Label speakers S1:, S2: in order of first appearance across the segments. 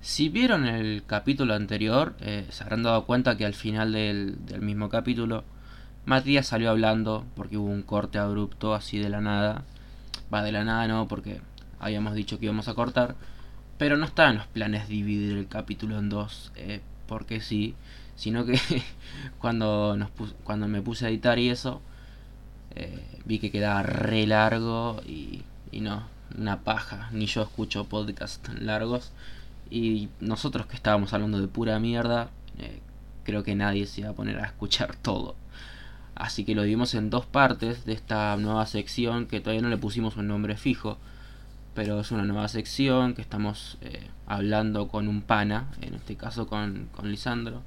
S1: Si vieron el capítulo anterior, eh, se habrán dado cuenta que al final del, del mismo capítulo, Matías salió hablando porque hubo un corte abrupto así de la nada. Va de la nada, no, porque habíamos dicho que íbamos a cortar. Pero no está en los planes dividir el capítulo en dos, eh, porque sí. Sino que cuando, nos pus- cuando me puse a editar y eso, eh, vi que quedaba re largo y, y no, una paja. Ni yo escucho podcasts tan largos. Y nosotros que estábamos hablando de pura mierda, eh, creo que nadie se iba a poner a escuchar todo. Así que lo dimos en dos partes de esta nueva sección que todavía no le pusimos un nombre fijo. Pero es una nueva sección que estamos eh, hablando con un pana, en este caso con, con Lisandro.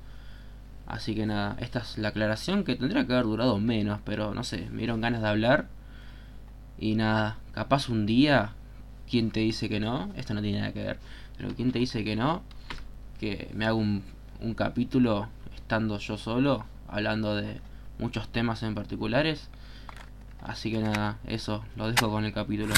S1: Así que nada, esta es la aclaración que tendría que haber durado menos, pero no sé, me dieron ganas de hablar. Y nada, capaz un día, ¿quién te dice que no? Esto no tiene nada que ver, pero ¿quién te dice que no? Que me haga un, un capítulo estando yo solo, hablando de muchos temas en particulares. Así que nada, eso, lo dejo con el capítulo.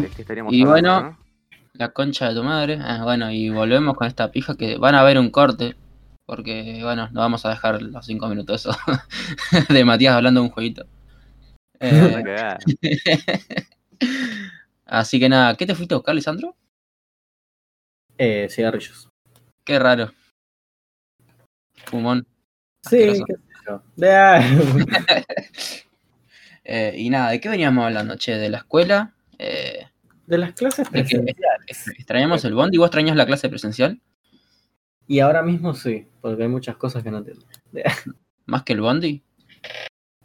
S2: ¿De qué estaríamos
S1: Y
S2: hablando,
S1: bueno, La concha de tu madre. Ah, bueno, y volvemos con esta pija que van a ver un corte. Porque, bueno, no vamos a dejar los cinco minutos eso de Matías hablando de un jueguito.
S2: ¿no?
S1: Eh,
S2: Nada que ver.
S1: así que nada, ¿qué te fuiste a buscar, Lisandro?
S3: Eh, cigarrillos.
S1: Qué raro. Fumón.
S3: Sí,
S1: Asqueroso.
S3: qué sé yo. De- ah,
S1: Eh, y nada, ¿de qué veníamos hablando? Che, de la escuela. Eh,
S3: de las clases
S1: ¿de qué?
S3: presenciales.
S1: ¿Extrañamos el bond y vos extrañas la clase presencial?
S3: Y ahora mismo sí, porque hay muchas cosas que no entiendo.
S1: ¿Más que el bondi?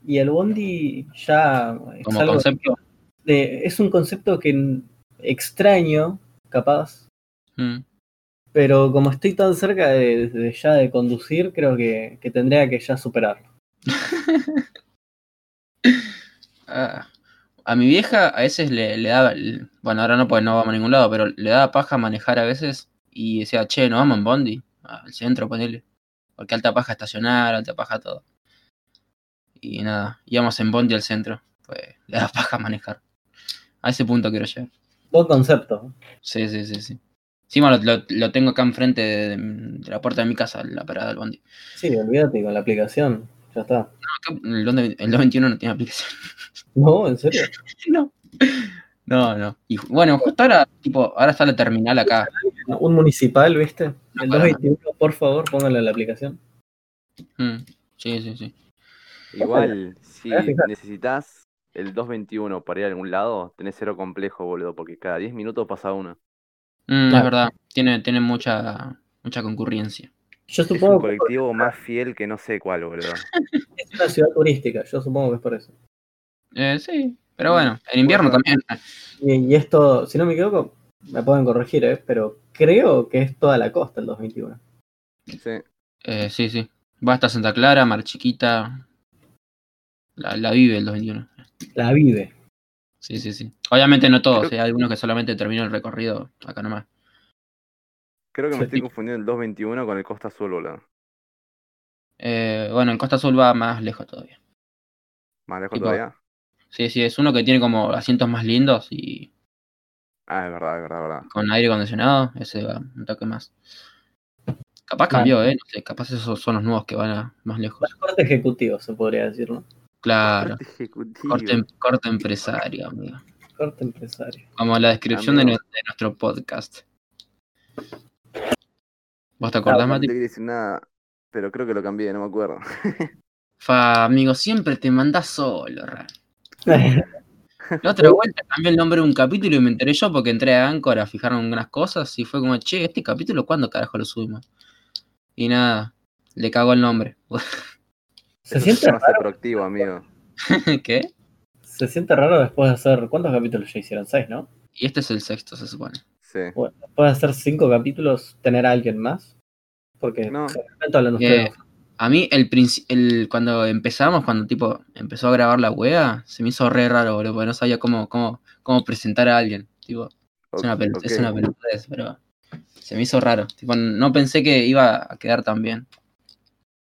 S3: Y el bondi ya es,
S1: Como
S3: algo
S1: concepto.
S3: de- es un concepto que n- extraño, capaz,
S1: Mm.
S3: pero como estoy tan cerca de, de ya de conducir, creo que, que tendría que ya superarlo.
S1: Ah, a mi vieja a veces le, le daba. l- Bueno, ahora no, pues no vamos a ningún lado, pero le daba paja manejar a veces y decía, che, no vamos en bondi al centro, ponele. Porque alta paja estacionar, alta paja todo. Y nada, íbamos en bondi al centro. Pues le daba paja manejar. A ese punto quiero llegar.
S3: Buen concepto.
S1: Sí, sí, sí, sí. Encima lo, lo- lo tengo acá enfrente de, de la puerta de mi casa, la parada del bondi.
S3: Sí, olvídate, con la aplicación, ya está.
S1: Acá El 220 el 221 no tiene aplicación.
S3: No, en serio.
S1: No. No, no. Y ju- bueno, justo ahora, tipo, ahora está la terminal acá.
S3: Un municipal, ¿viste? El
S1: para nada.
S3: 221, por favor, póngale la aplicación.
S1: Mm, Sí, sí, sí.
S2: Igual, si
S3: voy a fijar.
S2: necesitas el 221 para ir a algún lado, tenés cero complejo, boludo, porque cada 10 minutos pasa uno.
S1: Mm, Es
S3: Claro.
S1: verdad, tiene, tiene mucha, mucha concurrencia.
S3: Yo
S2: Es un
S3: supongo que
S2: colectivo más fiel que no sé cuál, boludo.
S3: es una ciudad turística, yo supongo que es por eso.
S1: Eh, sí, pero bueno, en invierno
S2: Bueno.
S1: también.
S3: Y, y esto, si no me equivoco, me pueden corregir, ¿eh? pero creo que es toda la costa el 2021.
S2: Sí.
S1: Eh, sí, sí. Va hasta Santa Clara, Mar Chiquita. La, la vive el 221.
S3: La vive.
S1: Sí, sí, sí. Obviamente no todos,
S2: Creo-
S1: eh, hay algunos que solamente terminan el recorrido acá nomás.
S2: Creo que
S1: Sí.
S2: me estoy confundiendo el 221 con el Costa Azul, boludo.
S1: Eh, bueno, en Costa Azul va más lejos todavía.
S2: ¿Más lejos
S1: Tipo-
S2: todavía?
S1: Sí, sí, es uno que tiene como asientos más lindos y
S2: Ah, es verdad, es verdad, es verdad.
S1: con aire acondicionado, ese va un toque más. Capaz cambió, ¿eh? No sé, capaz esos son los nuevos que van a más lejos.
S3: Transporte ejecutivo, se podría decir, ¿no?
S1: Claro,
S2: Corte ejecutivo.
S1: corte, em- corte empresario, amigo.
S3: Corte empresario.
S1: Como la descripción de,
S2: Amigo.
S1: nue- de nuestro podcast. ¿Vos te
S2: No,
S1: acordás,
S2: no te
S1: Mati?
S2: quería decir nada, pero creo que lo cambié, no me acuerdo.
S1: Fa, amigo, siempre te mandás solo, ra. La otra vuelta cambié el nombre de un capítulo y me enteré yo porque entré a Anchor a fijarme en unas cosas y fue como, che, ¿este capítulo cuándo carajo lo subimos? Y nada, le cagó el nombre.
S3: se
S2: Eso
S3: siente
S2: llama ser
S3: raro,
S2: proactivo, amigo.
S1: ¿Qué?
S3: se siente raro después de hacer. ¿Cuántos capítulos ya hicieron? Seis, ¿no?
S1: Y este es el sexto, se supone.
S2: Sí.
S3: Bueno, después de hacer cinco capítulos, tener a alguien más. Porque
S2: No.
S3: generalmente hablan
S1: Eh,
S3: ustedes.
S1: A mí, el, princi- el cuando empezamos, cuando tipo empezó a grabar la wea, se me hizo re raro, boludo, porque no sabía cómo, cómo, cómo presentar a alguien. Tipo, es una, pel- es
S2: Ok.
S1: una pelotudez, pero se me hizo raro. Tipo, no pensé que iba a quedar tan bien.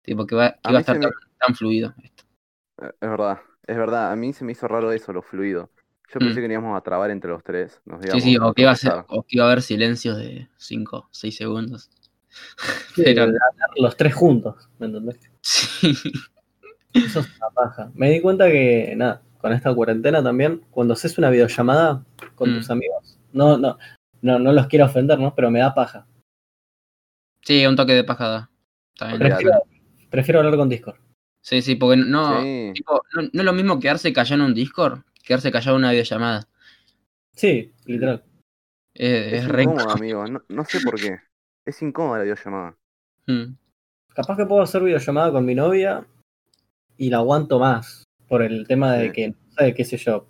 S1: Tipo, que, va- que
S2: A
S1: iba a
S2: mí se
S1: estar tan, tan fluido. esto.
S2: Eh, Es verdad, es verdad. A mí se me hizo raro eso, lo fluido. Yo pensé que nos íbamos a trabar entre los tres. Nos
S1: Mm. Sí,
S2: íbamos
S1: sí, o que, iba a ser-
S2: tropezar.
S1: o que iba a haber silencios de 5, 6 segundos.
S3: Sí,
S1: pero-
S3: hablar los tres juntos, ¿me entendés?
S1: Sí.
S3: Eso es una paja. Me di cuenta que, nada, con esta cuarentena también, cuando haces una videollamada con
S1: Mm.
S3: tus amigos, no, no, no, no los quiero ofender, ¿no? Pero me da paja.
S1: Sí, un toque de pajada. Está bien.
S2: Olvídate.
S3: Prefiero, prefiero hablar con Discord.
S1: Sí, sí, porque no,
S2: Sí,
S1: tipo, no, no es lo mismo quedarse callado en un Discord que quedarse callado en una videollamada.
S3: Sí, literal.
S1: Eh,
S2: es
S1: es re
S2: incómodo, amigo. No, no sé por qué. Es incómoda la videollamada.
S1: Mm.
S3: Capaz que puedo hacer videollamada con mi novia y la aguanto más por el tema de
S2: Sí.
S3: que, no sé, qué sé yo.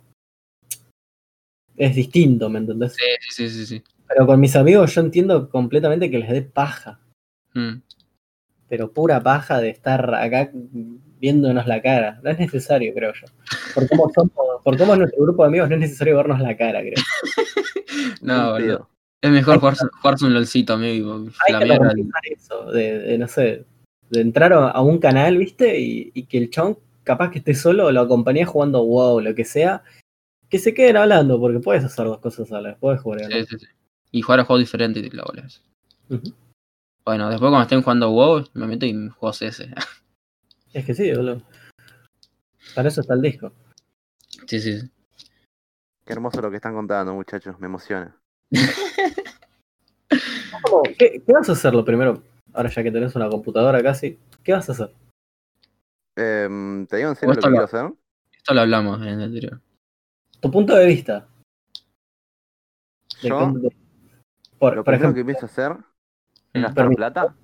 S3: Es distinto, ¿me entendés?
S1: Sí, sí, sí, sí.
S3: Pero con mis amigos yo entiendo completamente que les dé paja.
S1: Mm.
S3: pero pura paja de estar acá viéndonos la cara. No es necesario, creo yo. Por cómo somos, por cómo es nuestro grupo de amigos, no es necesario vernos la cara, creo.
S2: Ni
S1: No,
S2: en
S1: boludo.
S2: pedo.
S1: Es mejor jugarse, jugarse un lolcito, amigo. y
S3: Hay que
S1: flamear al-
S3: normalizar eso, de, de, no sé, de entrar a a un canal, ¿viste? Y, y que el chabón capaz que esté solo o lo acompañe jugando wow, lo que sea, que se queden hablando, porque puedes hacer dos cosas a la vez, puedes jugar. ¿no?
S1: Sí, sí, sí. Y jugar a juegos diferentes y la bola.
S3: Ujú.
S1: Bueno, después cuando estén jugando WoW, me meto y juego CS.
S3: Es que sí, boludo. Para eso está el disco.
S1: sí, sí. sí.
S2: Qué hermoso lo que están contando, muchachos. Me emociona.
S3: ¿Cómo? ¿Qué, ¿Qué vas a hacer lo primero? Ahora ya que tenés una computadora casi, ¿qué vas a hacer?
S2: Em, ¿te digo en serio lo que
S1: Muéstralo.
S2: quiero hacer?
S1: Esto lo hablamos en el anterior.
S3: tu punto de vista. del
S2: Yo,
S3: cómo- de- por,
S2: lo
S3: por
S2: primero
S3: ejemplo,
S2: que pienso hacer
S1: Mm.
S2: es gastar
S3: Permiso.
S2: plata.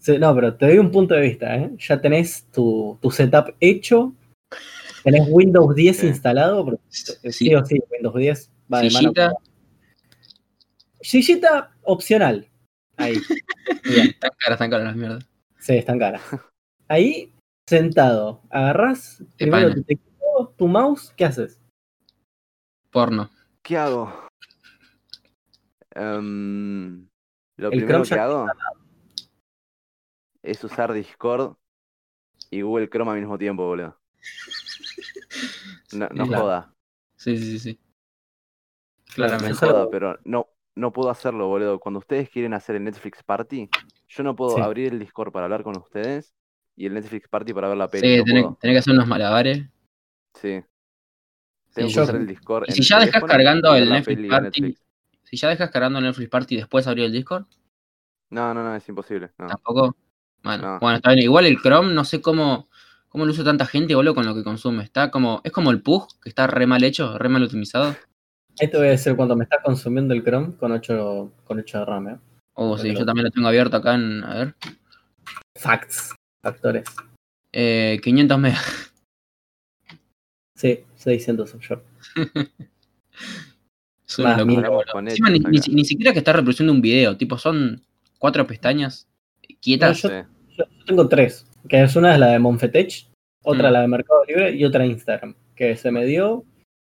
S3: sí, no, pero te doy un punto de vista, ¿eh? Ya tenés tu, tu setup hecho, tenés Windows 10
S2: Sí.
S3: instalado, porque
S1: Sí,
S3: eh, sí o sí, Windows 10 va de mano.
S1: Sillita,
S3: Sillita opcional. Ahí. Bien.
S1: tan caras, tan caras las mierdas.
S3: Sí, están caras. Ahí, sentado, agarrás primero
S1: pana.
S3: tu teclado, tu mouse, ¿qué haces?
S1: Porno.
S2: ¿Qué hago? Em, lo
S3: El
S2: primero
S3: Chrome ya
S2: que hago es usar Discord y Google Chrome al mismo tiempo, boludo. No, no
S1: Sí, claro.
S2: joda.
S1: Sí, sí, sí, sí.
S2: No
S1: Claramente.
S3: Eso
S2: joda,
S3: lo-
S2: pero no, no puedo hacerlo, boludo. Cuando ustedes quieren hacer el Netflix Party, yo no puedo
S3: Sí.
S2: abrir el Discord para hablar con ustedes y el Netflix Party para ver la
S1: Sí,
S2: peli. no
S1: tenés,
S2: puedo.
S1: tenés que hacer unos malabares.
S2: Sí. Tengo que
S1: yo-
S2: usar el Discord.
S1: y
S2: en
S1: si
S2: el
S1: ya dejas
S2: teléfono
S1: cargando
S2: y ver
S1: el
S2: la
S1: Netflix
S2: peli de
S1: Party- Si ya dejas cargando el Netflix Party y después abrir el Discord,
S2: No, no, no, es imposible. no.
S1: tampoco. Bueno,
S2: No.
S1: bueno, está bien. Igual el Chrome, no sé cómo, cómo lo usa tanta gente, boludo, con lo que consume. Está como, es como el Pug, que está re mal hecho, re mal optimizado.
S3: Ahí te voy a decir cuando me está consumiendo el Chrome con 8, con 8 de RAM, ¿eh?
S1: Oh, sí,
S3: Claro.
S1: yo también lo tengo abierto acá en. A ver.
S3: Facts. Factores.
S1: Eh, 500 megas.
S3: Sí, 600 son yo.
S1: Es una
S3: Más
S1: locura,
S3: mil.
S1: boludo.
S2: Con
S1: Encima ni,
S2: hechos
S1: ni-
S2: acá.
S1: ni siquiera que está reproduciendo un video, tipo, son cuatro pestañas quietas.
S3: No,
S2: Sí.
S3: Yo tengo tres, que es una es la de Monfetech, otra
S1: Mm.
S3: la de Mercado Libre y otra Instagram, que se me dio.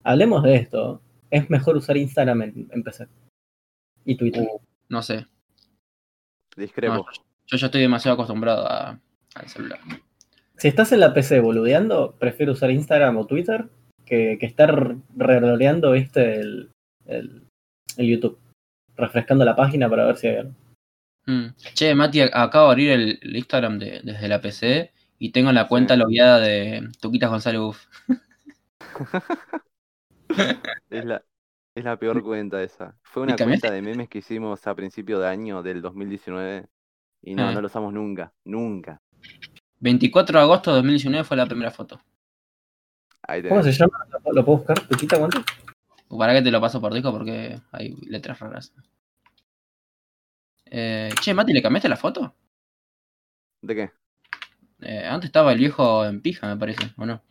S3: Hablemos de esto. Es mejor usar Instagram en, en PC. Y Twitter.
S1: No sé.
S2: Discrepo.
S1: No, Yo ya estoy demasiado acostumbrado a- al celular.
S3: Si estás en la PC boludeando, prefiero usar Instagram o Twitter que, que estar reloreando este el, el- el YouTube. Refrescando la página para ver si hay algo.
S1: Mm. Che, Mati, ac- acabo de abrir el, el Instagram de- desde la PC y tengo la cuenta
S2: Sí.
S1: logueada de Tuquitas González Buff.
S2: Es la, es la peor cuenta esa.
S1: ¿Y
S2: Fue una
S1: cambiaste?
S2: cuenta de memes que hicimos a principio de año del 2019 y no,
S1: Ah.
S2: no lo usamos nunca, nunca.
S1: 24 de agosto de 2019 fue la primera foto.
S2: Ahí
S3: ¿Cómo
S2: tenés.
S3: se llama? ¿Lo, lo puedo buscar? ¿Tuchita cuánto?
S1: O para que te lo paso por disco porque hay letras raras. Eh, che, Mati, ¿le cambiaste la foto?
S2: ¿De qué?
S1: Eh, antes estaba el viejo en pija, me parece, ¿o no?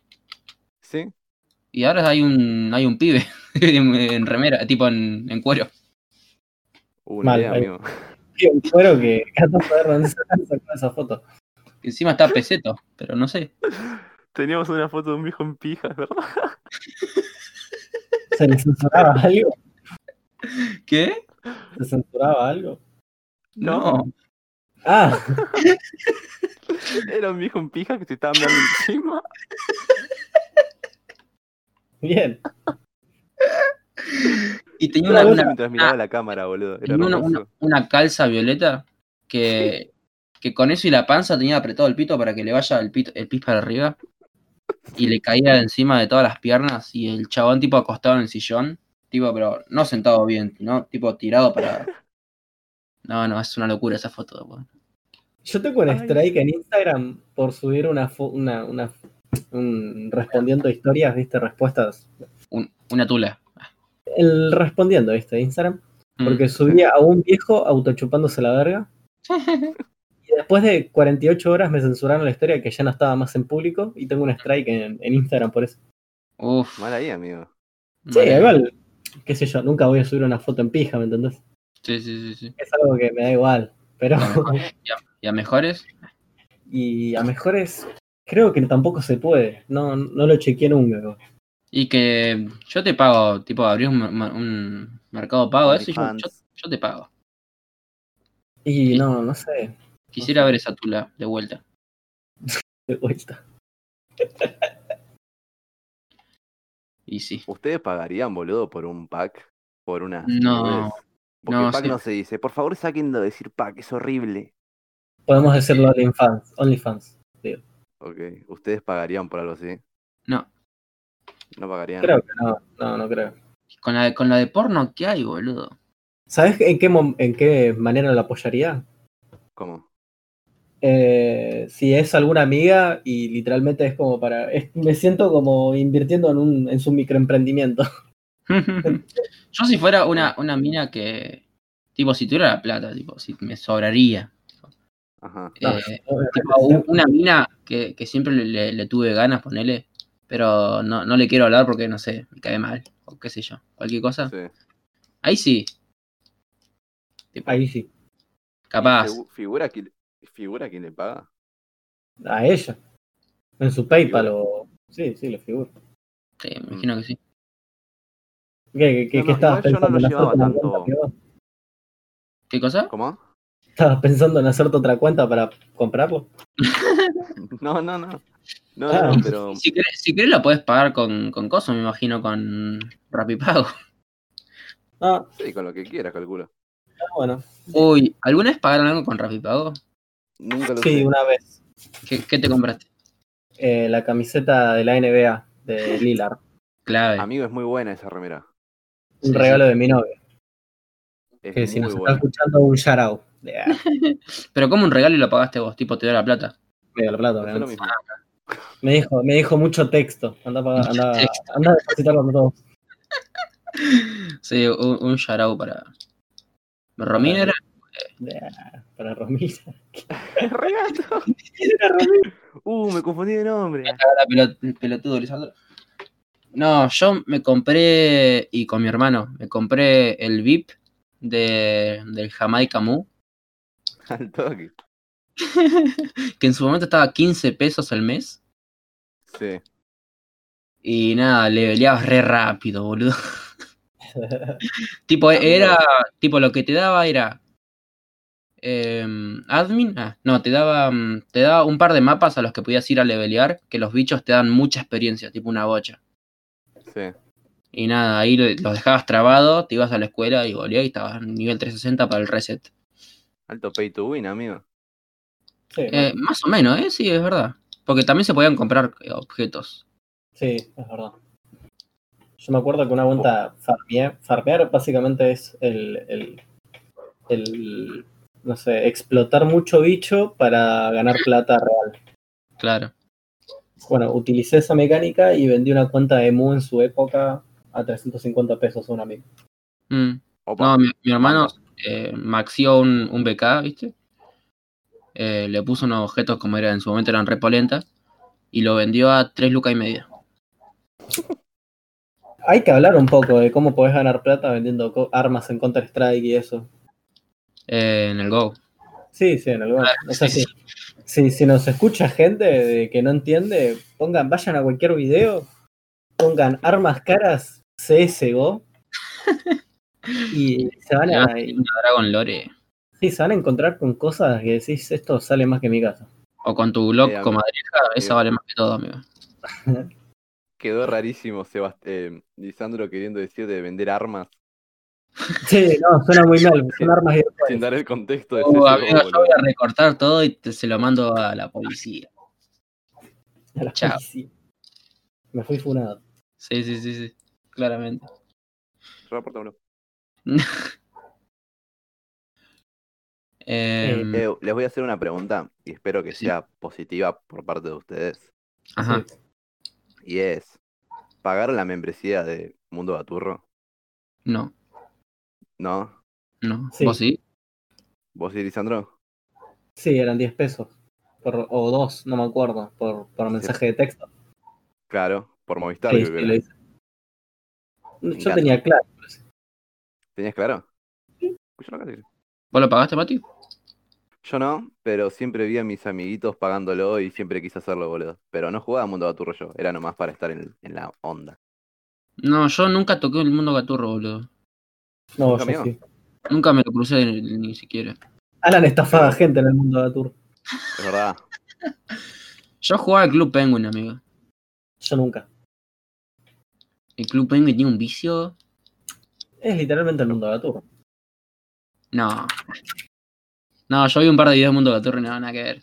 S2: ¿Sí?
S1: Y ahora hay un, hay un pibe en, en remera, tipo en, en cuero.
S2: Uh,
S3: Mal,
S2: Mal, idea,
S3: ahí.
S2: amigo.
S3: Tío, Claro que encanta saber dónde se sacó esa foto.
S1: Que Encima está peseto, pero no sé.
S2: Teníamos una foto de un viejo en pijas, ¿verdad?
S3: ¿Se le censuraba algo?
S1: ¿Qué?
S3: ¿Se censuraba algo?
S1: No.
S3: Ah,
S2: Era un viejo en pijas que se estaba mirando encima.
S3: bien.
S1: Y tenía
S3: Una
S1: una,
S3: cosa
S1: una-
S2: mientras miraba la cámara, boludo. Era
S1: tenía una-
S2: hermoso.
S1: una- una calza violeta que, que con eso y la panza tenía apretado el pito para que le vaya el, pito, el pis para arriba. Y le caía de encima de todas las piernas y el chabón tipo acostado en el sillón. Tipo, pero no sentado bien, ¿no? Tipo tirado para... No, no, es una locura esa foto. weón.
S3: Yo tengo un
S2: Ay.
S3: strike en Instagram por subir una, fo- una, una un respondiendo a historias, viste, respuestas.
S1: Un- una tula.
S3: El respondiendo, viste, de Instagram.
S1: Mm.
S3: Porque subía a un viejo autochupándose la verga. Y después de 48 horas me censuraron la historia que ya no estaba más en público y tengo un strike en, en Instagram por eso.
S1: Uf.
S2: Mal ahí, amigo.
S3: Sí,
S1: madre.
S3: igual, qué sé yo, nunca voy a subir una foto en pija, ¿me entendés?
S1: Sí, sí, sí, sí.
S3: Es algo que me da igual, pero...
S1: Y a mejores- y a- y a mejores.
S3: y a mejores, creo que tampoco se puede, no, no lo chequeé nunca. ¿no?
S1: Y que yo te pago, tipo, abrir un, ma- un mercado pago, eso y yo, yo,
S2: OnlyFans.
S1: yo te pago.
S3: Y no, no sé,
S1: Quisiera ver esa tula de vuelta.
S3: de vuelta.
S1: Y sí.
S2: ¿Ustedes pagarían, boludo, por un pack? Por una.
S1: No.
S2: Porque
S1: No,
S2: pack
S1: sí.
S2: no se dice. Por favor, sáquenlo de decir pack, es horrible.
S3: Podemos decirlo OnlyFans, OnlyFans.
S2: Ok. ¿Ustedes pagarían por algo así?
S1: No.
S2: No pagarían.
S3: Creo que no, no, no creo.
S1: Con la, de- con la de porno que hay, boludo.
S3: ¿Sabes en qué, mom- en qué manera lo apoyaría?
S2: ¿Cómo?
S3: Eh, si es alguna amiga y literalmente es como para... es- me siento como invirtiendo en, un, en su microemprendimiento.
S1: yo si fuera una, una mina que. Tipo, si tuviera la plata, tipo, si me sobraría.
S2: Ajá.
S3: No,
S1: Eh, tipo, u- una mina que, que siempre le, le- le tuve ganas, ponele. Pero no, no le quiero hablar porque no sé, me cae mal. O qué sé yo. Cualquier cosa.
S2: Sí.
S1: Ahí sí,
S3: Ahí sí,
S1: capaz.
S2: Figu- Figura quién, figura quién le paga.
S3: a ella. En su PayPal o... Sí, sí, le figuro.
S1: Sí, me
S2: Mm.
S1: imagino que sí.
S3: ¿Qué, qué- qué-
S2: No, no,
S3: qué estabas
S2: igual yo no lo
S3: pensando? en
S2: llevaba
S3: hacerte una
S2: tanto.
S3: cuenta privada?
S1: ¿Qué cosa?
S2: ¿Cómo?
S3: ¿Estabas pensando en hacerte otra cuenta para comprarlo?
S2: No, no, no. No,
S3: Ah.
S2: no, pero.
S1: Si querés, si querés la podés pagar con, con cosas, me imagino, con Rapipago.
S3: Ah,
S2: Sí, con lo que quieras, calculo.
S3: está bueno.
S1: Uy, ¿alguna vez pagaron algo con Rapipago?
S2: Nunca lo
S3: Sí,
S2: sé.
S3: una vez.
S1: ¿Qué, qué te compraste?
S3: Eh, la camiseta de la NBA de Lilar.
S1: Clave.
S2: Amigo, es muy buena esa remera.
S1: Sí,
S3: Un regalo de mi novio.
S2: Es
S3: Que si
S2: muy
S3: nos está
S2: buena.
S3: escuchando, un shout out. De, ah,
S1: sí. Pero como un regalo y lo pagaste vos, tipo, te dio la plata.
S3: medio la plata,
S2: No sé lo
S3: obviamente.
S2: mismo.
S3: me dijo, me dijo mucho texto. Anda, a pagar-
S1: Mucho
S3: anda,
S1: texto.
S3: anda a depositarlo todo.
S1: Sí, un, un shout-out para. Romín era.
S3: De, ah, para Romina.
S2: Regato. Uh, me confundí de nombre.
S1: Ahora pelo- pelotudo, Lisandro. No, yo me compré, y con mi hermano, me compré el VIP de, del Jamaica Mu,
S2: Al toque.
S1: que en su momento estaba a 15 pesos el mes.
S2: Sí.
S1: Y nada, le leveleabas re rápido, boludo. tipo, era. Tipo, lo que te daba era. em, admin. Ah, no, te daba. mm, Te daba un par de mapas a los que podías ir a levelear. Que los bichos te dan mucha experiencia, tipo una bocha.
S2: Sí.
S1: Y nada, ahí le- los dejabas trabado, te ibas a la escuela y volvías y estabas en nivel 360 para el reset.
S2: Alto pay to win, amigo.
S3: Sí,
S1: Eh, más o menos, ¿eh? Sí, es verdad. Porque también se podían comprar eh, objetos.
S3: Sí, es verdad. Yo me acuerdo que una vuelta farmeé. Farmear básicamente es el, el, el, no sé, explotar mucho bicho para ganar plata real.
S1: Claro.
S3: Bueno, utilicé esa mecánica y vendí una cuenta de Mu en su época a 350 pesos a un amigo.
S1: Mm.
S2: Opa.
S1: No, mi, mi hermano eh, maxió un, un BK, ¿viste? Eh, le puso unos objetos como era en su momento eran repolentas y lo vendió a 3 lucas y media.
S3: hay que hablar un poco de cómo podés ganar plata vendiendo co- armas en Counter-Strike y eso.
S1: Eh, en el Go.
S3: Sí, sí, en algún.
S1: Ah,
S3: o sea,
S1: sí,
S3: sí. Si, si nos escucha gente de que no entiende, pongan, vayan a cualquier video, pongan armas caras CSGO y se van a, y-
S1: Dragon Lore.
S3: sí, se van a encontrar con cosas que decís, esto sale más que mi casa.
S1: O con tu blog
S2: Eh, amigo.
S1: comadreja, esa
S2: Eh.
S1: vale más que todo, amigo.
S2: Quedó rarísimo, Sebast eh, Lisandro queriendo decir de vender armas
S3: Sí, no, suena muy mal, son armas
S2: sin
S3: virtuales.
S2: dar el contexto de
S1: Uh,
S2: CSGO,
S1: amigo, yo
S2: boludo.
S1: voy a recortar todo y te- se lo mando a la policía.
S3: A la
S1: Chao.
S3: policía. Me fui funado.
S1: Sí, sí, sí, sí. Claramente.
S2: Reporta, boludo.
S1: Em,
S2: Eh, les voy a hacer una pregunta y espero que
S1: Sí.
S2: sea positiva por parte de ustedes.
S1: ajá.
S2: Y es, ¿pagaron la membresía de Mundo Baturro?
S1: No,
S2: ¿No?
S1: no.
S3: Sí.
S1: ¿Vos sí?
S2: ¿Vos sí, Lisandro?
S3: Sí, eran 10 pesos. por- o 2, no me acuerdo, por, por mensaje de texto.
S2: Claro, por Movistar.
S3: Sí,
S2: creo que
S3: sí,
S2: era.
S3: lo hice. Yo
S2: encanta.
S3: tenía claro.
S2: ¿Tenías claro? Pues Yo no, casi-
S1: ¿Vos lo pagaste, Mati?
S2: yo no, pero siempre vi a mis amiguitos pagándolo y siempre quise hacerlo, boludo. Pero no jugaba Mundo Baturro yo, era nomás para estar en, en la onda.
S1: No, yo nunca toqué el mundo gaturro, boludo.
S3: No,
S2: Nunca
S3: yo
S2: me
S3: sí.
S1: Nunca me lo crucé ni, ni siquiera.
S3: Alan estafaba gente en el mundo de Atur.
S2: Es verdad.
S1: Yo jugaba al Club Penguin, amigo.
S3: Yo nunca.
S1: El Club Penguin tiene un vicio.
S3: Es literalmente el mundo de Atur.
S1: No. No, yo vi un par de videos de Mundo Gaturro y no, nada que ver.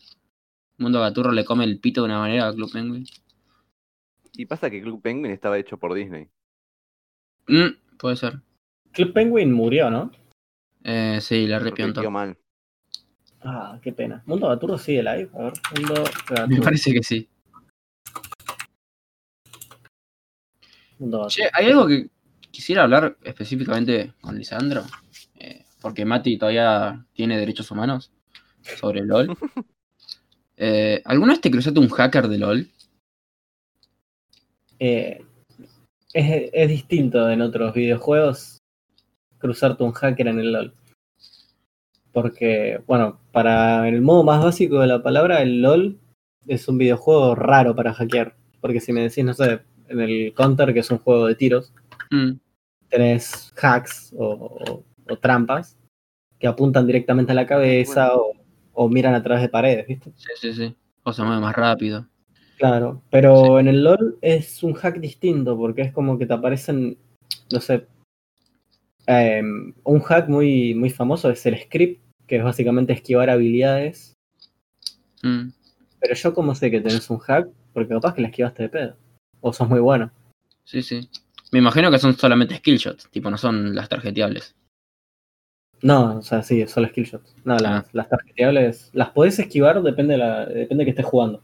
S1: Mundo Gaturro le come el pito de una manera a Club Penguin.
S2: Y pasa que Club Penguin estaba hecho por Disney.
S1: Mm, puede ser.
S3: Club Penguin murió, ¿no?
S1: Eh, sí, la
S2: Porque
S1: arrepiento.
S2: quedó mal.
S3: Ah, qué pena. Mundo de Atur sigue live. A ver, mundo de
S1: Me
S3: Atur.
S1: parece que sí.
S3: Mundo de Atur.
S1: Che, hay algo que quisiera hablar específicamente con Lisandro. eh, porque Mati todavía tiene derechos humanos sobre LOL. Eh, ¿Alguna vez te cruzaste un hacker de LOL?
S3: Eh, es, es distinto en otros videojuegos cruzarte un hacker en el LOL. Porque, bueno, para el modo más básico de la palabra, el LOL es un videojuego raro para hackear. Porque si me decís, no sé, en el Counter, que es un juego de tiros,
S1: Mm,
S3: tenés hacks o, o- o trampas que apuntan directamente a la cabeza o, o miran a través de paredes, ¿viste?
S1: sí, sí, sí. O se mueve más rápido.
S3: Claro, pero en el LOL es un hack distinto porque es como que te aparecen, no sé, em, un hack muy, muy famoso es el script, que es básicamente esquivar habilidades,
S1: Mm.
S3: pero yo como sé que tenés un hack, porque capaz que la esquivaste de pedo, o sos muy bueno.
S1: Sí, sí. Me imagino que son solamente skill shots, tipo, no son las tarjeteables.
S3: No, o sea, sí, solo skill shots. No, las,
S1: Ah.
S3: las tarjeteables las podés esquivar, depende de, la, depende de que estés jugando.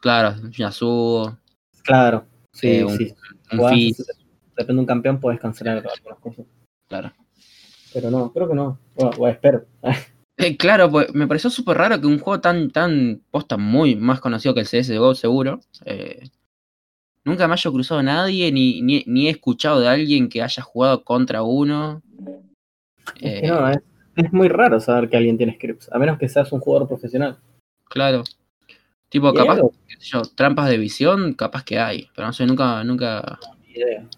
S1: Claro, una subo,
S3: Claro, sí,
S1: Eh, un-
S3: sí.
S1: un
S3: Jugás,
S1: fizz,
S3: Depende de un campeón, puedes cancelar algunas cosas.
S1: claro.
S3: Pero no, creo que no. O, o espero.
S1: Eh, claro, pues me pareció súper raro que un juego tan, tan posta, muy más conocido que el CSGO, seguro. eh, nunca me haya cruzado nadie, ni, ni, ni he escuchado de alguien que haya jugado contra uno.
S3: Es
S1: Eh,
S3: que no, es, es muy raro saber que alguien tiene scripts, a menos que seas un jugador profesional.
S1: Claro. Tipo,
S3: Y
S1: capaz,
S3: algo,
S1: qué sé yo, trampas de visión, capaz que hay. Pero no sé, nunca, nunca,
S3: ni idea.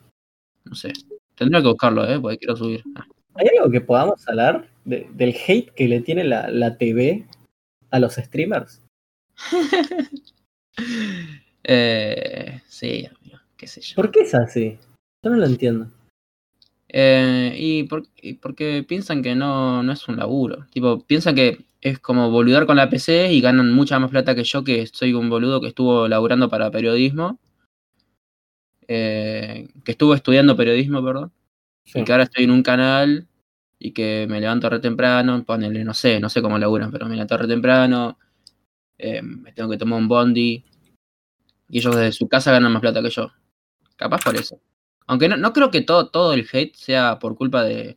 S1: no sé. Tendría que buscarlo, ¿eh? Porque quiero subir. Ah,
S3: ¿Hay algo que podamos hablar de- del hate que le tiene la, la TV a los streamers?
S1: Eh, sí, amigo, qué sé yo.
S3: ¿Por qué es así? Yo no lo entiendo.
S1: Eh, y, por- y porque piensan que no, no es un laburo. Tipo, piensan que es como boludar con la PC y ganan mucha más plata que yo, que soy un boludo que estuvo laburando para periodismo. Eh, que estuvo estudiando periodismo, perdón.
S3: Sí.
S1: Y que ahora estoy en un canal y que me levanto re temprano. Ponele, no sé, no sé cómo laburan, pero me levanto re temprano. eh, me tengo que tomar un bondi. Y ellos desde su casa ganan más plata que yo. Capaz por eso. Aunque no, no creo que todo, todo el hate sea por culpa de,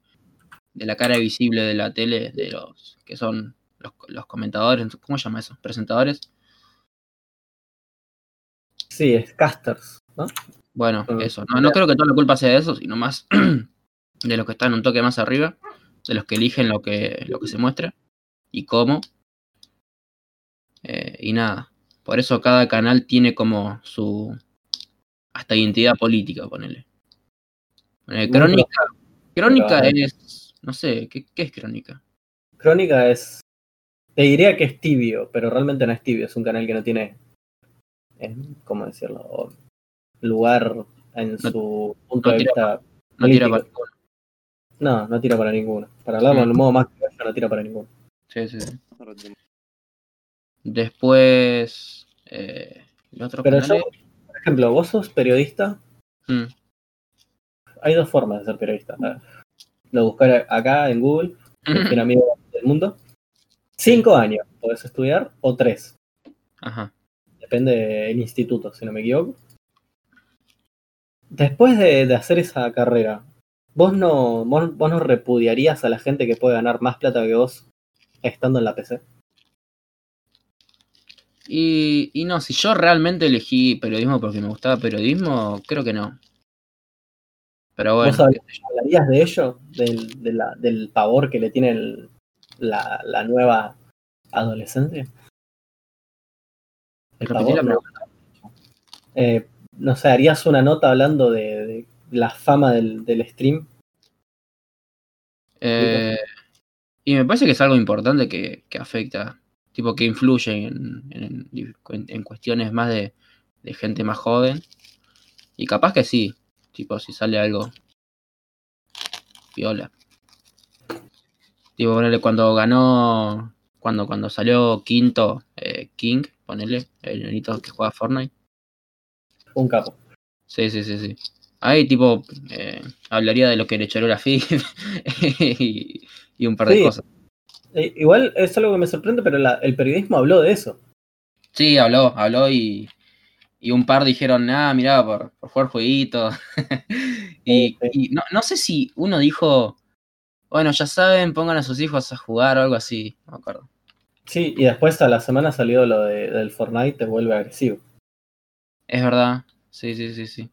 S1: de la cara visible de la tele, de los que son los, los comentadores, ¿cómo se llama eso? ¿Presentadores?
S3: Sí, es casters.
S1: Bueno,
S3: Mm.
S1: eso. No, no creo que toda la culpa sea de eso, sino más de los que están un toque más arriba, de los que eligen lo que, lo que se muestra y cómo. Eh, y nada. Por eso cada canal tiene como su. hasta identidad política, ponele. Ponele,
S3: Mm, pero-
S1: crónica. Crónica
S3: pero-
S1: es. No sé, ¿qué, qué es crónica?
S3: Crónica es. Te diría que es tibio, pero realmente no es tibio. Es un canal que no tiene. eh, ¿Cómo decirlo? O lugar en su punto
S1: no
S3: de
S1: tira
S3: vista.
S1: No tira
S3: Político.
S1: para-
S3: No, no tira para ninguno. Para hablarlo
S1: Mm.
S3: en el modo más criollo, no tira para ninguno.
S1: Sí, sí, sí. Después. Eh, el otro
S3: Pero
S1: canal
S3: yo, por ejemplo, vos sos periodista.
S1: es- Mm,
S3: Hay dos formas de ser periodista. Lo buscar acá en Google, que tiene amigos del mundo. Cinco años podés estudiar, o tres.
S1: Ajá.
S3: Depende del instituto, si no me equivoco. Después de, de hacer esa carrera, ¿vos no, vos, vos no repudiarías a la gente que puede ganar más plata que vos estando en la PC?
S1: Y, y no, si yo realmente elegí periodismo porque me gustaba periodismo, creo que no. Pero bueno,
S3: ¿Vos habl-
S1: qué sé yo.
S3: hablarías de ello? Del, de la- del pavor que le tiene el- la, la nueva adolescencia. El
S1: Repetí la
S3: pavor, no.
S1: pregunta.
S3: Eh, no sé, ¿harías una nota hablando de, de la fama del, del stream?
S1: Eh, y me parece que es algo importante que, que afecta, tipo que influye en, en- en- en cuestiones más de, de gente más joven. Y capaz que sí, tipo si sale algo piola. Tipo, ponele cuando ganó, cuando, cuando salió quinto eh, King, ponele, el nenito que juega Fortnite.
S3: Un capo.
S1: Sí, sí, sí, sí. Ahí tipo eh, hablaría de lo que le choró la FIFA y, y un par de
S3: Sí.
S1: cosas.
S3: Eh, igual es algo que me sorprende, pero la- el periodismo habló de eso.
S1: Sí, habló, habló y, y un par dijeron, ah, mirá, por, por jugar jueguito. y
S3: Sí, sí.
S1: y no, no sé si uno dijo, bueno, ya saben, pongan a sus hijos a jugar o algo así, no me acuerdo.
S3: Sí, y después a la semana salió lo de- del Fortnite, te vuelve agresivo.
S1: Es verdad, sí, sí, sí, sí.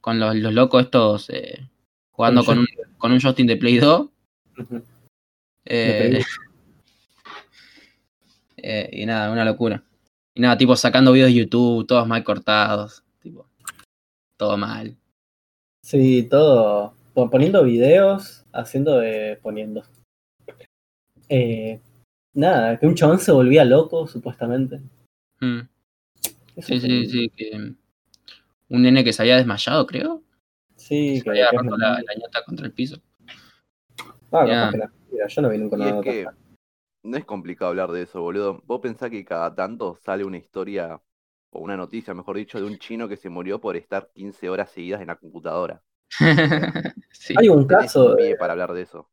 S1: Con los, los locos estos eh, jugando con
S3: Con
S1: un, con un Justin de Play 2.
S3: Ujú.
S1: eh,
S3: Play
S1: eh, y nada, una locura. Y nada, tipo sacando videos de YouTube, todos mal cortados, tipo, todo mal.
S3: Sí, todo. po- Poniendo videos, haciendo de. poniendo. Eh, nada, que un chabón se volvía loco, supuestamente.
S1: Mm.
S3: Eso
S1: Sí,
S3: es
S1: sí,
S3: un-
S1: sí, que mm, un nene que se había desmayado, creo.
S3: Sí,
S1: Se
S3: que,
S1: había
S3: que es
S1: roto la,
S3: mentira.
S1: la ñata contra el piso.
S3: Ah, capaz
S1: ya.
S3: que no es mentira, Yo no vi nunca
S2: Y
S3: nada.
S2: es que no es complicado hablar de eso, boludo. Vos pensás que cada tanto sale una historia, o una noticia, mejor dicho, de un chino que se murió por estar 15 horas seguidas en la computadora.
S1: sí.
S3: Hay un
S2: Tenés
S3: caso.
S2: un pie para hablar de eso.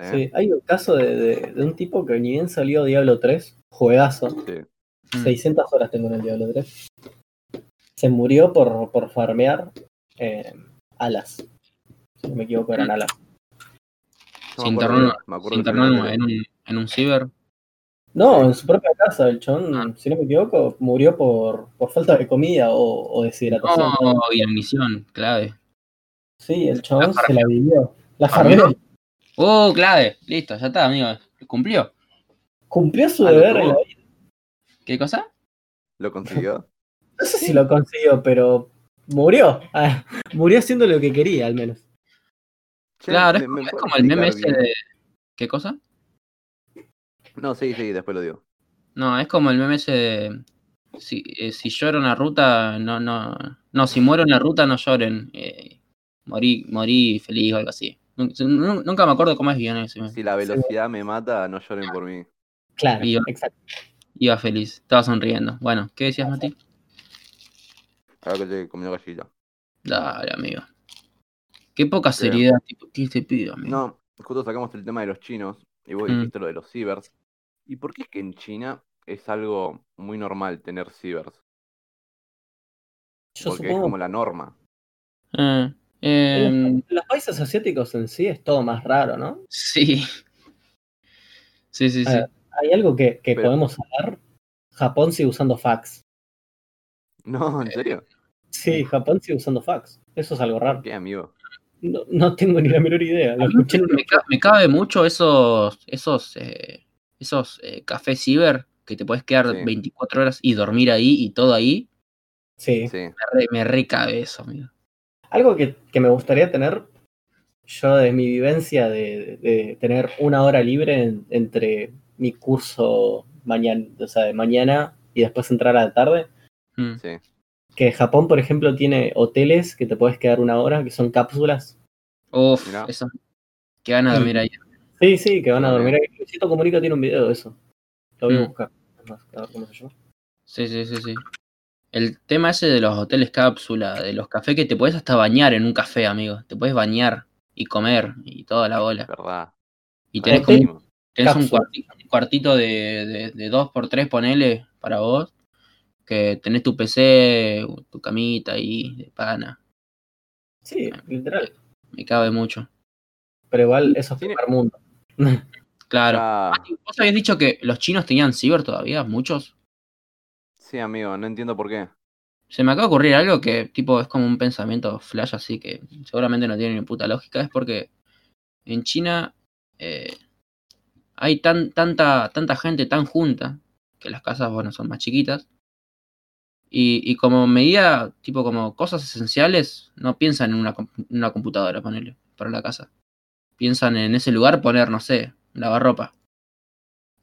S2: ¿eh?
S3: sí, hay un caso de, de- de un tipo que ni bien salió Diablo 3, juegazo.
S2: Sí.
S1: Mm.
S3: 600 horas tengo en el Diablo 3. Se murió por, por farmear eh, alas. Si no me equivoco, eran alas.
S2: Yo
S1: Se
S2: me
S1: internó,
S2: acuerdo de- me
S1: se
S2: acuerdo
S1: internó ¿eh? en,
S2: que-
S1: en un, en un ciber.
S3: No, en su propia casa, el chon,
S1: Ah.
S3: si no me equivoco, murió por, por falta de comida o, o deshidratación.
S1: No, Oh, y en misión, clave.
S3: Sí, el chon
S1: ¿La
S3: se la vivió. La
S1: ¿Farmeó?
S3: farmeó.
S1: Oh, clave. Listo, ya está, amigo. Cumplió.
S3: Cumplió su
S2: Ah, lo
S3: deber en
S2: tuvo.
S3: la vida.
S1: ¿Qué cosa?
S2: ¿Lo consiguió?
S3: No sé si lo consiguió, pero murió. Ah, murió haciendo lo que quería, al menos.
S2: Che,
S1: Claro, es
S2: ¿me-
S1: como, es
S2: me puedes
S1: como el meme ese
S2: explicar bien?
S1: de... ¿Qué cosa?
S2: No, sí, sí, después lo digo.
S1: No, es como el meme ese de... Si, eh, si lloro en la ruta, no, no... No, si muero en la ruta, no lloren. Eh, morí, morí feliz o algo así. Nun- nun- Nunca me acuerdo cómo es bien ese meme.
S2: Si la velocidad me mata, no lloren por mí.
S3: Claro,
S1: Viva.
S3: exacto.
S1: Iba feliz, estaba sonriendo. Bueno, ¿qué decías, Mati?
S2: Ahora que te comí una gallina.
S1: Dale, amigo. Qué poca
S2: Sí.
S1: seriedad tipo, tiene este pido, amigo.
S2: No, justo sacamos el tema de los chinos y vos
S1: Mm.
S2: dijiste lo de los cibers. ¿Y por qué es que en China es algo muy normal tener cibers?
S3: Yo
S2: Porque es
S3: supongo
S2: como la norma.
S1: Eh, em,
S3: En los países asiáticos en sí es todo más raro, ¿no?
S1: sí. Sí, sí, sí.
S3: Ah, Hay algo que, que
S2: Pero-
S3: podemos hablar. Japón sigue usando fax.
S1: Eh,
S2: No, en serio.
S3: Sí, Japón sigue usando fax. Eso es algo raro.
S2: Qué amigo.
S3: No, no tengo ni la menor idea. Lo escuché en
S1: Me, ca- me cabe mucho esos esos eh, esos eh, cafés ciber que te puedes quedar
S2: Sí.
S1: 24 horas y dormir ahí y todo ahí.
S3: Sí.
S2: Sí.
S1: Me re- Me recabe eso, amigo.
S3: Algo que, que me gustaría tener, yo de mi vivencia de, de tener una hora libre en- entre mi curso mañana, o sea, de mañana y después entrar a la tarde,
S1: Mm.
S2: Sí.
S3: que Japón, por ejemplo, tiene hoteles que te puedes quedar una hora, que son cápsulas.
S1: Uf,
S2: Mirá.
S1: eso. Que van a dormir ahí.
S3: Sí, sí, que van a
S2: Ah,
S3: dormir. ahí. Luisito Comunica tiene un video de eso. Lo voy a
S1: Mm.
S3: buscar. Además, a ver cómo se llama.
S1: Sí, sí, sí, sí. El tema ese de los hoteles cápsula, de los cafés que te puedes hasta bañar en un café, amigo. Te puedes bañar y comer y toda la bola.
S2: Verdad.
S1: Y tenés,
S3: Hotel
S1: como, tenés un
S3: cápsula.
S1: cuarti- un cuartito de, de, de 2x3, ponele, para vos. Que tenés tu PC, tu camita ahí, de pana.
S3: Sí,
S1: Ah.
S3: literal.
S1: Me cabe mucho.
S3: Pero igual, eso es
S2: Tiene-
S3: primer mundo.
S1: Claro.
S2: Ah,
S1: ¿Vos habías dicho que los chinos tenían ciber todavía? ¿Muchos?
S2: sí, amigo, no entiendo por qué.
S1: Se me acaba de ocurrir algo que tipo es como un pensamiento flash así que seguramente no tiene ni puta lógica. Es porque en China eh, hay tan, tanta, tanta gente tan junta que las casas bueno son más chiquitas. Y, y como medida, tipo como cosas esenciales, no piensan en una, com- una computadora, ponerle, para la casa. Piensan en ese lugar poner, no sé, lavarropa.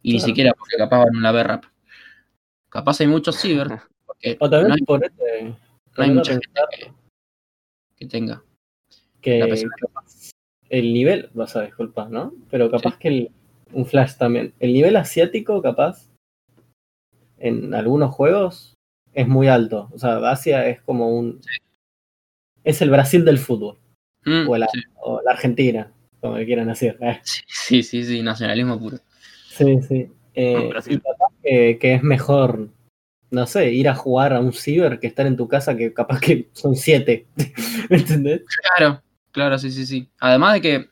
S1: Y
S3: Claro.
S1: ni siquiera porque capaz van a un lavarrap. Capaz hay muchos ciber. Porque
S3: O también
S1: no hay-
S3: ponete-
S1: no hay
S3: Ponete a
S1: mucha gente
S3: pensar
S1: que, que tenga.
S3: que
S1: La persona.
S3: capaz el nivel, vas a disculpar, ¿no? Pero capaz que el- un flash también. El nivel asiático, capaz, en algunos juegos, es muy alto. O sea, Asia es como un. Es el Brasil del fútbol,
S1: Mm,
S3: Hola.
S1: sí,
S3: o la Argentina, como le quieran decir. Eh,
S1: sí, sí, sí, sí, nacionalismo puro.
S3: Sí, sí. Eh,
S2: Brasil.
S3: y capaz que, que es mejor, no sé, ir a jugar a un ciber que estar en tu casa, que capaz que son siete. ¿Entendés?
S1: Claro, claro, sí, sí, sí. Además de que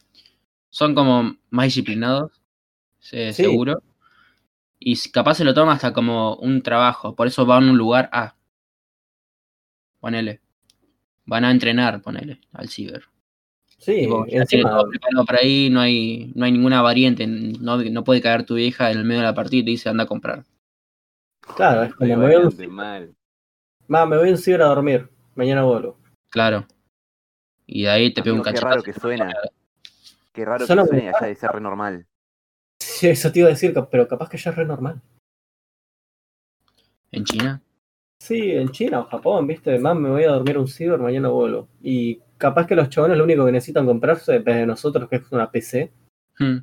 S1: son como más disciplinados, se-
S3: Sí.
S1: seguro. Y s- capaz se lo toma hasta como un trabajo. Por eso van a un lugar a. Ponele. Van a entrenar, ponele, al ciber.
S3: Sí,
S1: Tipo, ya tiene
S3: encima.
S1: todo preparado por ahí, no hay, no hay ninguna variante. No, no puede caer tu vieja en el medio de la partida y te dice anda a comprar.
S3: Claro, es como
S2: Ay,
S3: me voy a un
S2: bastante mal.
S3: Ma, me voy a un ciber a dormir. Mañana vuelvo.
S1: Claro. Y de ahí te pega un
S2: Amigo, qué
S1: cachetazo.
S2: raro que suena. Qué raro
S3: Suena
S2: que suena y
S3: brutal.
S2: allá de ser re normal.
S3: Sí, eso te iba a decir, ca- pero capaz que ya es re normal.
S1: ¿En China?
S3: Sí, en China o Japón, viste, más me voy a dormir a un ciber, mañana vuelvo. Y capaz que los chabones lo único que necesitan comprarse, en vez de nosotros, que es una PC,
S1: Hmm.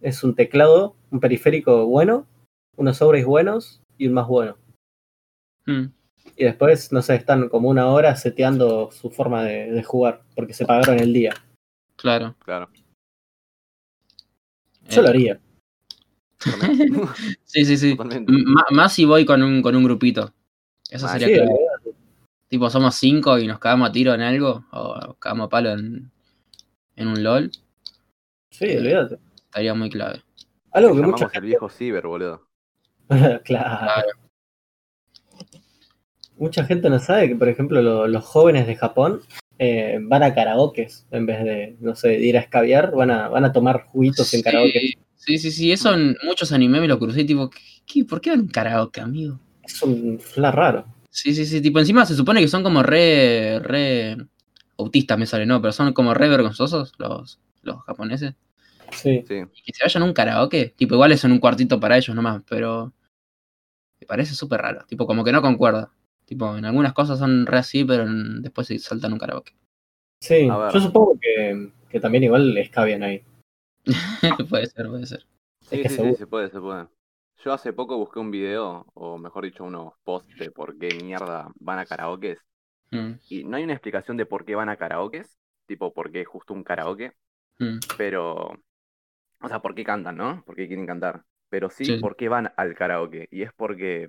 S3: es un teclado, un periférico bueno, unos sobres buenos y un más bueno.
S1: Hmm.
S3: Y después, no sé, están como una hora seteando su forma de, de jugar, porque se pagaron el día.
S1: Claro.
S2: Claro.
S3: Yo
S1: Eh,
S3: lo haría.
S2: Totalmente.
S1: Sí, sí, sí.
S2: Totalmente.
S1: M- ma- más si voy con un, con un grupito. Eso
S2: Ah,
S1: sería
S3: Sí,
S1: clave.
S3: la verdad,
S1: Tipo, somos cinco y nos cagamos a tiro en algo. O nos cagamos a palo en, en un LOL.
S3: sí, olvídate.
S1: Estaría muy clave.
S3: Algo que
S2: Eh, Llamamos
S3: mucha
S2: el viejo ciber, boludo.
S3: claro. Mucha gente no sabe que, por ejemplo, lo- los jóvenes de Japón eh, van a karaokes en vez de, no sé, de ir a escabiar, van a, van a tomar juguitos en karaoke.
S1: Sí, sí, sí, sí. Eso en muchos animes me lo crucé. Tipo, ¿qué, qué- por qué van karaoke, amigo?
S3: Es un flash raro.
S1: Sí, sí, sí. Tipo, encima se supone que son como re. re. autistas, me sale, no, pero son como re vergonzosos los, los japoneses.
S3: Sí.
S2: Sí.
S1: Y que se vayan a un karaoke. Tipo, igual es en un cuartito para ellos nomás, pero. me parece súper raro. Tipo, como que no concuerda. Tipo, en algunas cosas son re así, pero en- después se saltan un karaoke.
S3: Sí.
S2: A ver.
S3: Yo supongo que, que también igual escabian ahí.
S1: puede ser, puede ser.
S2: Sí, sí,
S3: que
S2: sí,
S3: seguro.
S2: se puede, se puede. Yo hace poco busqué un video, o mejor dicho, unos posts de por qué mierda van a karaokes.
S1: Mm,
S2: Y no hay una explicación de por qué van a karaokes, tipo por qué justo un karaoke,
S1: mm.
S2: pero. O sea, por qué cantan, ¿no? Por qué quieren cantar. Pero sí,
S1: Sí.
S2: por qué van al karaoke. Y es porque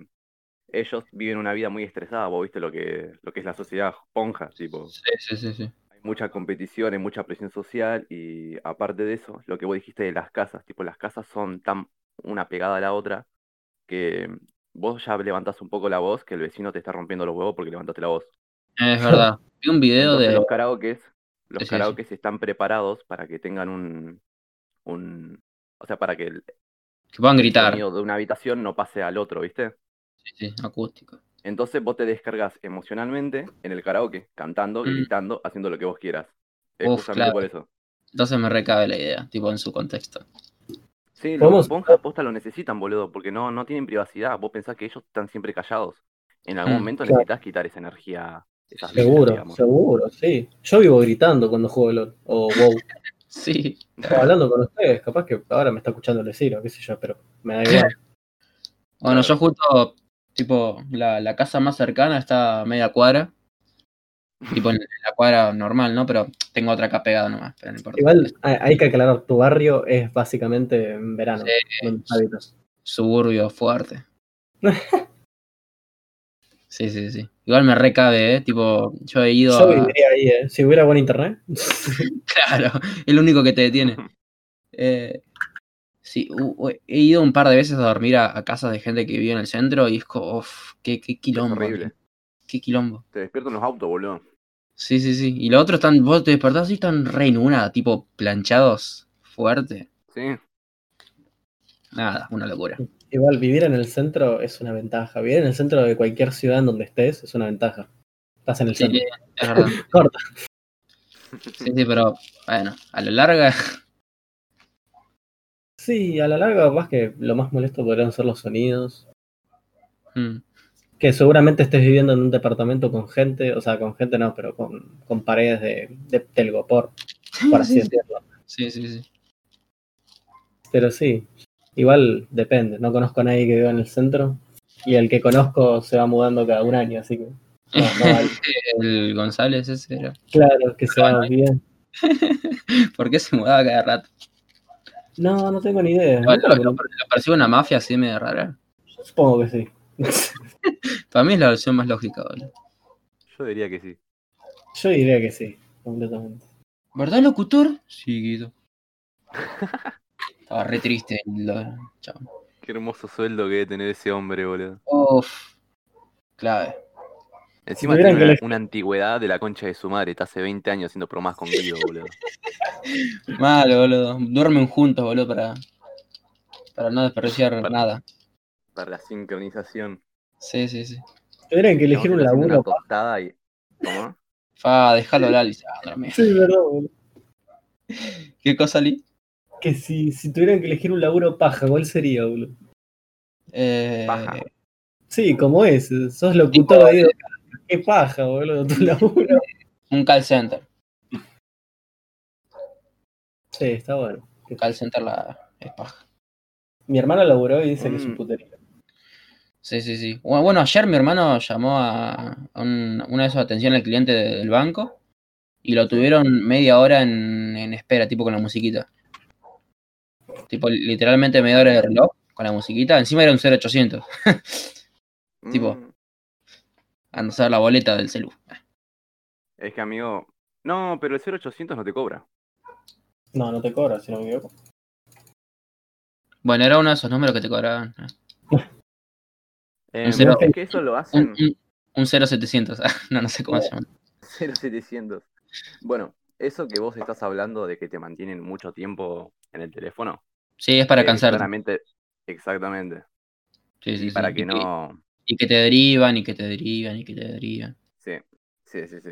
S2: ellos viven una vida muy estresada, vos viste lo que, lo que es la sociedad ponja, tipo.
S1: Sí, sí, sí, sí.
S2: Hay mucha competición, hay mucha presión social y aparte de eso, lo que vos dijiste de las casas, tipo las casas son tan una pegada a la otra que vos ya levantás un poco la voz que el vecino te está rompiendo los huevos porque levantaste la voz.
S1: Es verdad. Vi un video
S2: Entonces,
S1: de.
S2: los karaokes,
S1: Sí,
S2: los
S1: sí, sí.
S2: karaokes están preparados para que tengan un, un o sea, para que el
S1: que puedan gritar.
S2: sonido de una habitación no pase al otro, ¿viste?
S1: Sí, sí, acústico.
S2: Entonces vos te descargas emocionalmente en el karaoke, cantando,
S1: Mm.
S2: gritando, haciendo lo que vos quieras. Es
S1: Uf,
S2: justamente
S1: claro.
S2: por eso.
S1: Entonces me recabe la idea, tipo en su contexto.
S2: Sí,
S3: Podemos-
S2: los esponjas posta lo necesitan, boludo, porque no, no tienen privacidad. Vos pensás que ellos están siempre callados. En algún
S1: Mm,
S2: momento
S3: claro.
S2: necesitas quitar esa energía. esas vibras,
S3: Seguro,
S2: digamos.
S3: seguro, sí. Yo vivo gritando cuando juego LOL o WoW.
S1: Sí.
S3: Estaba hablando con ustedes, capaz que ahora me está escuchando el vecino, qué sé yo, pero me da igual.
S1: Bueno,
S2: Claro.
S1: yo justo, tipo, la, la casa más cercana está a media cuadra. Tipo en la cuadra normal, ¿no? Pero tengo otra acá pegada nomás, pero no importa.
S3: Igual hay hay que aclarar, tu barrio es básicamente en verano, donde habitas.
S1: Suburbio fuerte. sí, sí, sí. Igual me recabe, ¿eh? Tipo, yo he ido
S3: Yo
S1: a-
S3: viviría ahí, ¿eh? si hubiera buen internet.
S1: Claro, es lo único que te detiene. Eh, sí, u- u- he ido un par de veces a dormir a, a casas de gente que vive en el centro y es como, uff, qué, qué quilombo.
S2: horrible.
S1: Qué quilombo.
S2: Te despiertan los autos, boludo.
S1: Sí, sí, sí. Y los otros están, vos te despertás y están re en una, tipo planchados, fuerte.
S2: Sí.
S1: Nada, una locura.
S3: Igual vivir en el centro es una ventaja. Vivir en el centro de cualquier ciudad en donde estés es una ventaja. Estás en el
S1: Sí,
S3: centro.
S1: es verdad.
S3: Corta.
S1: Sí, sí, pero bueno, a la larga,
S3: Sí, a la larga capaz que lo más molesto podrían ser los sonidos.
S1: mm,
S3: Que seguramente estés viviendo en un departamento con gente, o sea, con gente no, pero con, con paredes de, de telgopor, por así decirlo.
S1: sí, sí, sí.
S3: Pero sí, igual depende. No conozco a nadie que viva en el centro. Y el que conozco se va mudando cada un año, así que. no, no vale.
S1: El González ese era.
S3: Claro, que se va bien.
S1: ¿Por qué se mudaba cada rato?
S3: No, no tengo ni idea.
S1: Igual,
S3: Nunca
S1: ¿Lo,
S3: lo
S1: lo-
S3: pregunté.
S1: lo percibe una mafia así medio rara?
S3: Supongo que sí.
S1: Para mí es la versión más lógica, boludo.
S2: Yo diría que sí.
S3: Yo diría que sí, completamente.
S1: ¿Verdad, locutor? Sí, Guido. Estaba re triste. lo- Chao.
S2: Qué hermoso sueldo que debe tener ese hombre, boludo.
S1: Uf. Clave.
S2: Encima tiene
S3: tuvieran que
S2: una,
S3: elegir-
S2: una antigüedad de la concha de su madre. Está hace 20 años haciendo bromas con Guido, boludo.
S1: Malo, boludo. Duermen juntos, boludo, para, para no desperdiciar
S2: Para-
S1: nada.
S2: Para la sincronización.
S1: Sí, sí, sí.
S3: Tuvieran que elegir
S2: Estamos
S3: un
S2: haciendo
S3: laburo.
S2: Una
S3: pa-
S2: tostada y... ¿Cómo?
S1: Fa, déjalo hablar, Lisandro. mira.
S3: Sí, verdad, boludo.
S1: Ah, ¿Qué cosa, Li?
S3: Que si, si tuvieran que elegir un laburo paja, ¿cuál sería, boludo?
S1: Eh,
S2: Paja.
S3: Sí, como es,
S1: Tipo,
S3: sos locutor ahí. Qué paja, boludo, tu laburo.
S1: un call center.
S3: Sí, está bueno.
S1: Un call center la, es paja.
S3: Mi hermano laburó y dice que es un
S2: Mm.
S3: puterío.
S1: Sí, sí, sí. Bueno, bueno, ayer mi hermano llamó a, a un- una de sus atención al cliente de- del banco y lo tuvieron media hora en, en espera, tipo con la musiquita. Tipo, literalmente media hora de reloj con la musiquita. Encima era un 0800. Tipo.
S2: Mm,
S1: A no ser la boleta del celu.
S2: Es que, amigo... No, pero el 0800 no te cobra.
S3: No, no te cobra, si no me equivoco.
S1: Bueno, era uno de esos números que te cobraban.
S2: Eh,
S1: Un cero.
S2: es que eso lo
S1: Un,
S2: hacen...
S1: un, un 0700. no, no sé cómo
S2: Oh.
S1: se llama.
S2: 0700. Bueno, eso que vos estás hablando de que te mantienen mucho tiempo en el teléfono.
S1: Sí, es para
S2: eh,
S1: cansarte.
S2: claramente- Exactamente.
S1: Sí, sí, sí.
S2: Para que
S1: Y
S2: no...
S1: Y que te derivan, y que te derivan, y que te derivan.
S2: Sí, sí, sí, sí.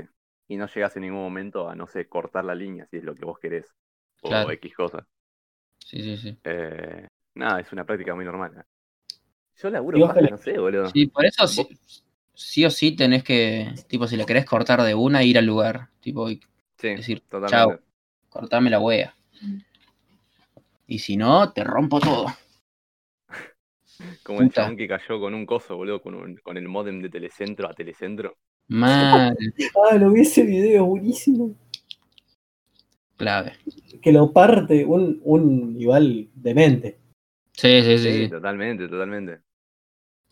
S2: Y no llegas en ningún momento a, no sé, cortar la línea si es lo que vos querés. O
S1: Claro.
S2: X cosa.
S1: Sí, sí, sí.
S2: Eh, nada, es una práctica muy normal. eh. Yo laburo
S3: Y vos
S2: paja,
S3: tenés-
S2: no sé, boludo.
S1: Sí, por eso sí, sí o sí tenés que, tipo, si le querés cortar de una, ir al lugar. Tipo, y
S2: Sí,
S1: decir,
S2: totalmente.
S1: chao, cortame la wea. Y si no, te rompo todo.
S2: Como el
S1: puta.
S2: chabón que cayó con un coso, boludo, con, un- con el modem de Telecentro a Telecentro.
S1: Mal,
S3: Ah, lo vi ese video, buenísimo.
S1: clave.
S3: Que lo parte un, un igual demente.
S1: Sí, sí,
S2: Sí,
S1: sí. sí.
S2: totalmente, totalmente.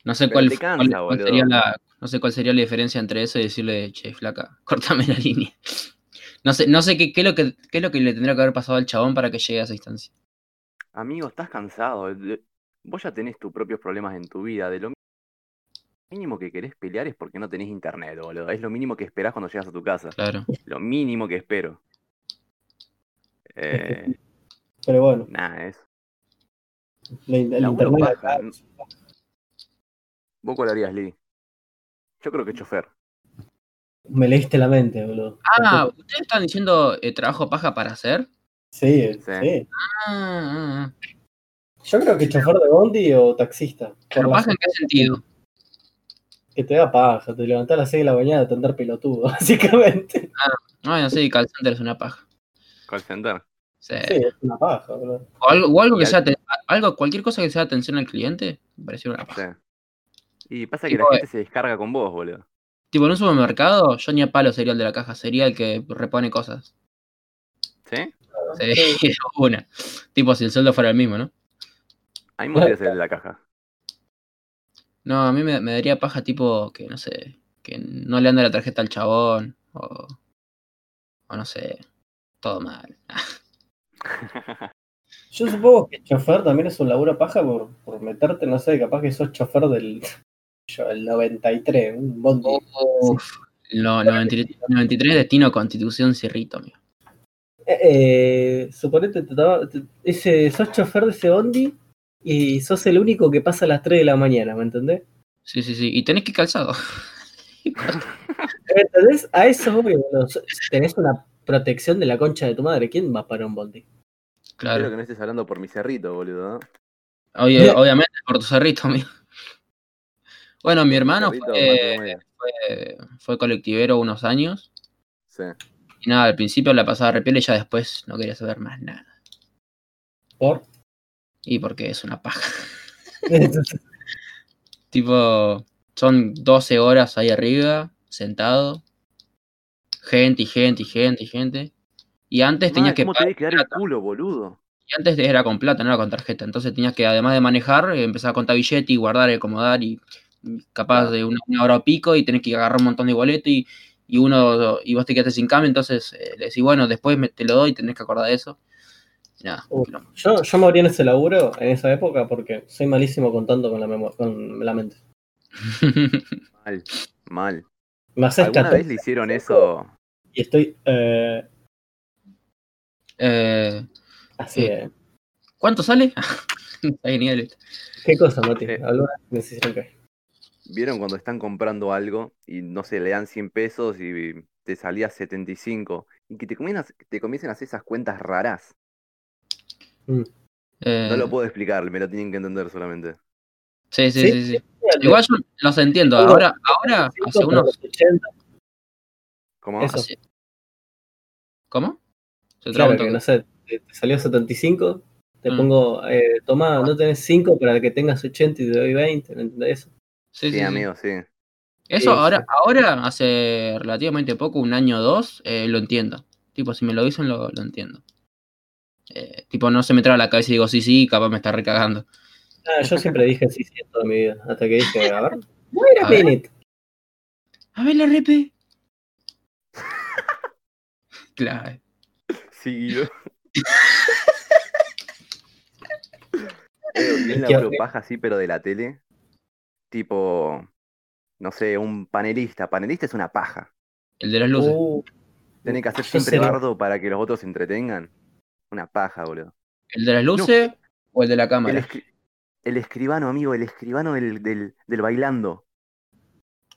S1: No sé
S2: Pero
S1: cuál,
S2: te
S1: cuál-
S2: cansa,
S1: cuál
S2: boludo.
S1: sería la, no sé cuál sería la diferencia entre eso y decirle, che, flaca, cortame la línea. No sé, no sé qué, qué es lo que, qué es lo que le tendría que haber pasado al chabón para que llegue a esa instancia.
S2: eh, Amigo, estás cansado. Vos ya tenés tus propios problemas en tu vida. De lo mínimo que querés pelear es porque no tenés internet, boludo. Es lo mínimo que esperás cuando llegas a tu casa.
S1: Claro.
S2: Lo mínimo que espero. Eh,
S3: Pero bueno,
S2: nada, es.
S3: la, el
S2: Laburo
S3: internet
S2: paja,
S3: acá-
S2: ¿no? ¿Vos cuál harías, Lee? Yo creo que chofer.
S3: me leíste la mente, boludo.
S1: Ah, ¿ustedes están diciendo eh, trabajo paja para hacer?
S3: Sí,
S2: Sí.
S3: sí,
S1: Ah, ah, ah.
S3: Yo creo que chofer de bondi o taxista. Por
S1: ¿Pero
S3: la-
S1: paja en qué sentido?
S3: que te da paja, te levantás a las 6 de la mañana a andar pelotudo, básicamente.
S1: Ay, Ah, no sé, call center es una paja.
S2: Call center.
S1: Sí.
S2: Eh.
S3: Sí, es una paja, boludo.
S1: O algo, o algo
S2: Y
S1: que
S2: al-
S1: sea aten- algo, cualquier cosa que sea atención al cliente, me pareció una paja.
S2: Sí. Y pasa que la
S1: Tipo,
S2: gente se descarga con vos, boludo.
S1: Tipo, en un supermercado, yo ni a palo sería el de la caja, sería el que repone cosas.
S2: ¿Sí?
S1: Sí, una. Tipo, si el sueldo fuera el mismo, ¿no?
S2: A mí me gustaría ser el de la caja.
S1: No, a mí me, me daría paja, tipo, que no sé, que no le anda la tarjeta al chabón, o, o no sé, todo mal.
S3: Yo supongo que chofer también es un laburo paja por, por meterte, no sé, capaz que sos chofer del yo, el 93, un bondi.
S1: Uf, no, 93, 93 destino Constitución Cerrito, amigo.
S3: Eh, eh, suponete, te toma- te- ese, sos chofer de ese bondi y sos el único que pasa a las 3 de la mañana, ¿me entendés?
S1: Sí, sí, sí. Y tenés que ir calzado.
S3: ¿Me entendés? A eso voy, boludo. So- Tenés una protección de la concha de tu madre. ¿Quién va para un bondi?
S2: Espero
S1: Claro.
S2: que no estés hablando por mi cerrito, boludo. ¿no?
S1: Oye, obviamente por tu cerrito, amigo. Bueno, mi hermano
S2: Cerrito,
S1: fue,
S2: Martín Moya.
S1: fue, fue colectivero unos años.
S2: Sí.
S1: Y nada, al principio la pasaba repiel y ya después no quería saber más nada.
S3: ¿Por?
S1: Y porque es una paja.
S3: Entonces,
S1: Tipo, son 12 horas ahí arriba, sentado. Gente y gente y gente y gente. Y antes tenías
S2: Mal,
S1: que
S2: ¿Cómo te
S1: pagar
S2: tenés que dar el culo, boludo?
S1: Y antes era con plata, no era con tarjeta. Entonces tenías que, además de manejar, eh, empezar a contar billete y guardar y acomodar. Y y capaz de una, una hora o pico y tenés que agarrar un montón de boletos. Y, y uno, y vos te quedaste sin cambio. Entonces eh, le decís, bueno, después me- te lo doy y tenés que acordar de eso. Y nada,
S3: Uh.
S1: quilombo.
S3: yo, yo morí en ese laburo en esa época porque soy malísimo contando con la, memo- con la mente.
S2: Mal, mal.
S3: Me haces
S2: ¿Alguna
S3: 14
S2: vez le hicieron eso?
S3: y estoy eh,
S1: Eh,
S3: así.
S1: Sí.
S3: eh.
S1: ¿Cuánto sale? Está genial esto.
S3: ¿Qué cosa, Mati?
S2: Eh.
S3: ¿Alguna vez me hicieron caer?
S2: ¿Vieron cuando están comprando algo y no sé, le dan 100 pesos y te salía 75? Y que te comiencen a, te comiencen a hacer esas cuentas raras.
S1: Eh,
S2: No lo puedo explicar, me lo tienen que entender solamente.
S1: Sí, sí,
S3: ¿Sí?
S1: sí. sí. Igual yo los entiendo.
S3: Tengo
S1: Ahora, ahora hace
S3: 75 por
S1: unos.
S3: los 80,
S2: ¿Cómo?
S3: Eso.
S1: hace- ¿Cómo? Se traba
S3: Claro
S1: un
S3: que
S1: toque.
S3: no sé, te, te salió 75, te
S1: Mm.
S3: pongo, eh, toma, no tenés 5 para que tengas 80 y te doy 20, ¿me entendés? Eso.
S1: Sí,
S2: Sí,
S1: sí, sí.
S2: amigo, sí.
S1: Eso
S3: Sí,
S1: ahora,
S3: sí.
S1: ahora, hace relativamente poco, un año o dos, eh, lo entiendo. Tipo, si me lo dicen, lo, lo entiendo. Eh, tipo, no se me traba la cabeza y digo, sí, sí, capaz me está recagando.
S3: Ah, yo siempre dije sí, sí, en toda mi vida, hasta que dije, a ver,
S1: A
S3: mira,
S1: ver.
S3: Pinit.
S1: A ver la repe. claro.
S2: Sí, yo. Eh, un
S3: ¿Qué
S2: laburo
S3: hace?
S2: paja así, pero de la tele. Tipo, no sé, un panelista. Panelista es una paja.
S1: El de las luces.
S3: Uh,
S2: Tiene que hacer
S3: Yo
S2: siempre
S3: sé lo-
S2: bardo para que los otros se entretengan. Una paja, boludo.
S1: ¿El de las luces o el de la
S2: El,
S1: cámara?
S2: escri- el escribano, amigo, el escribano del, del, del bailando.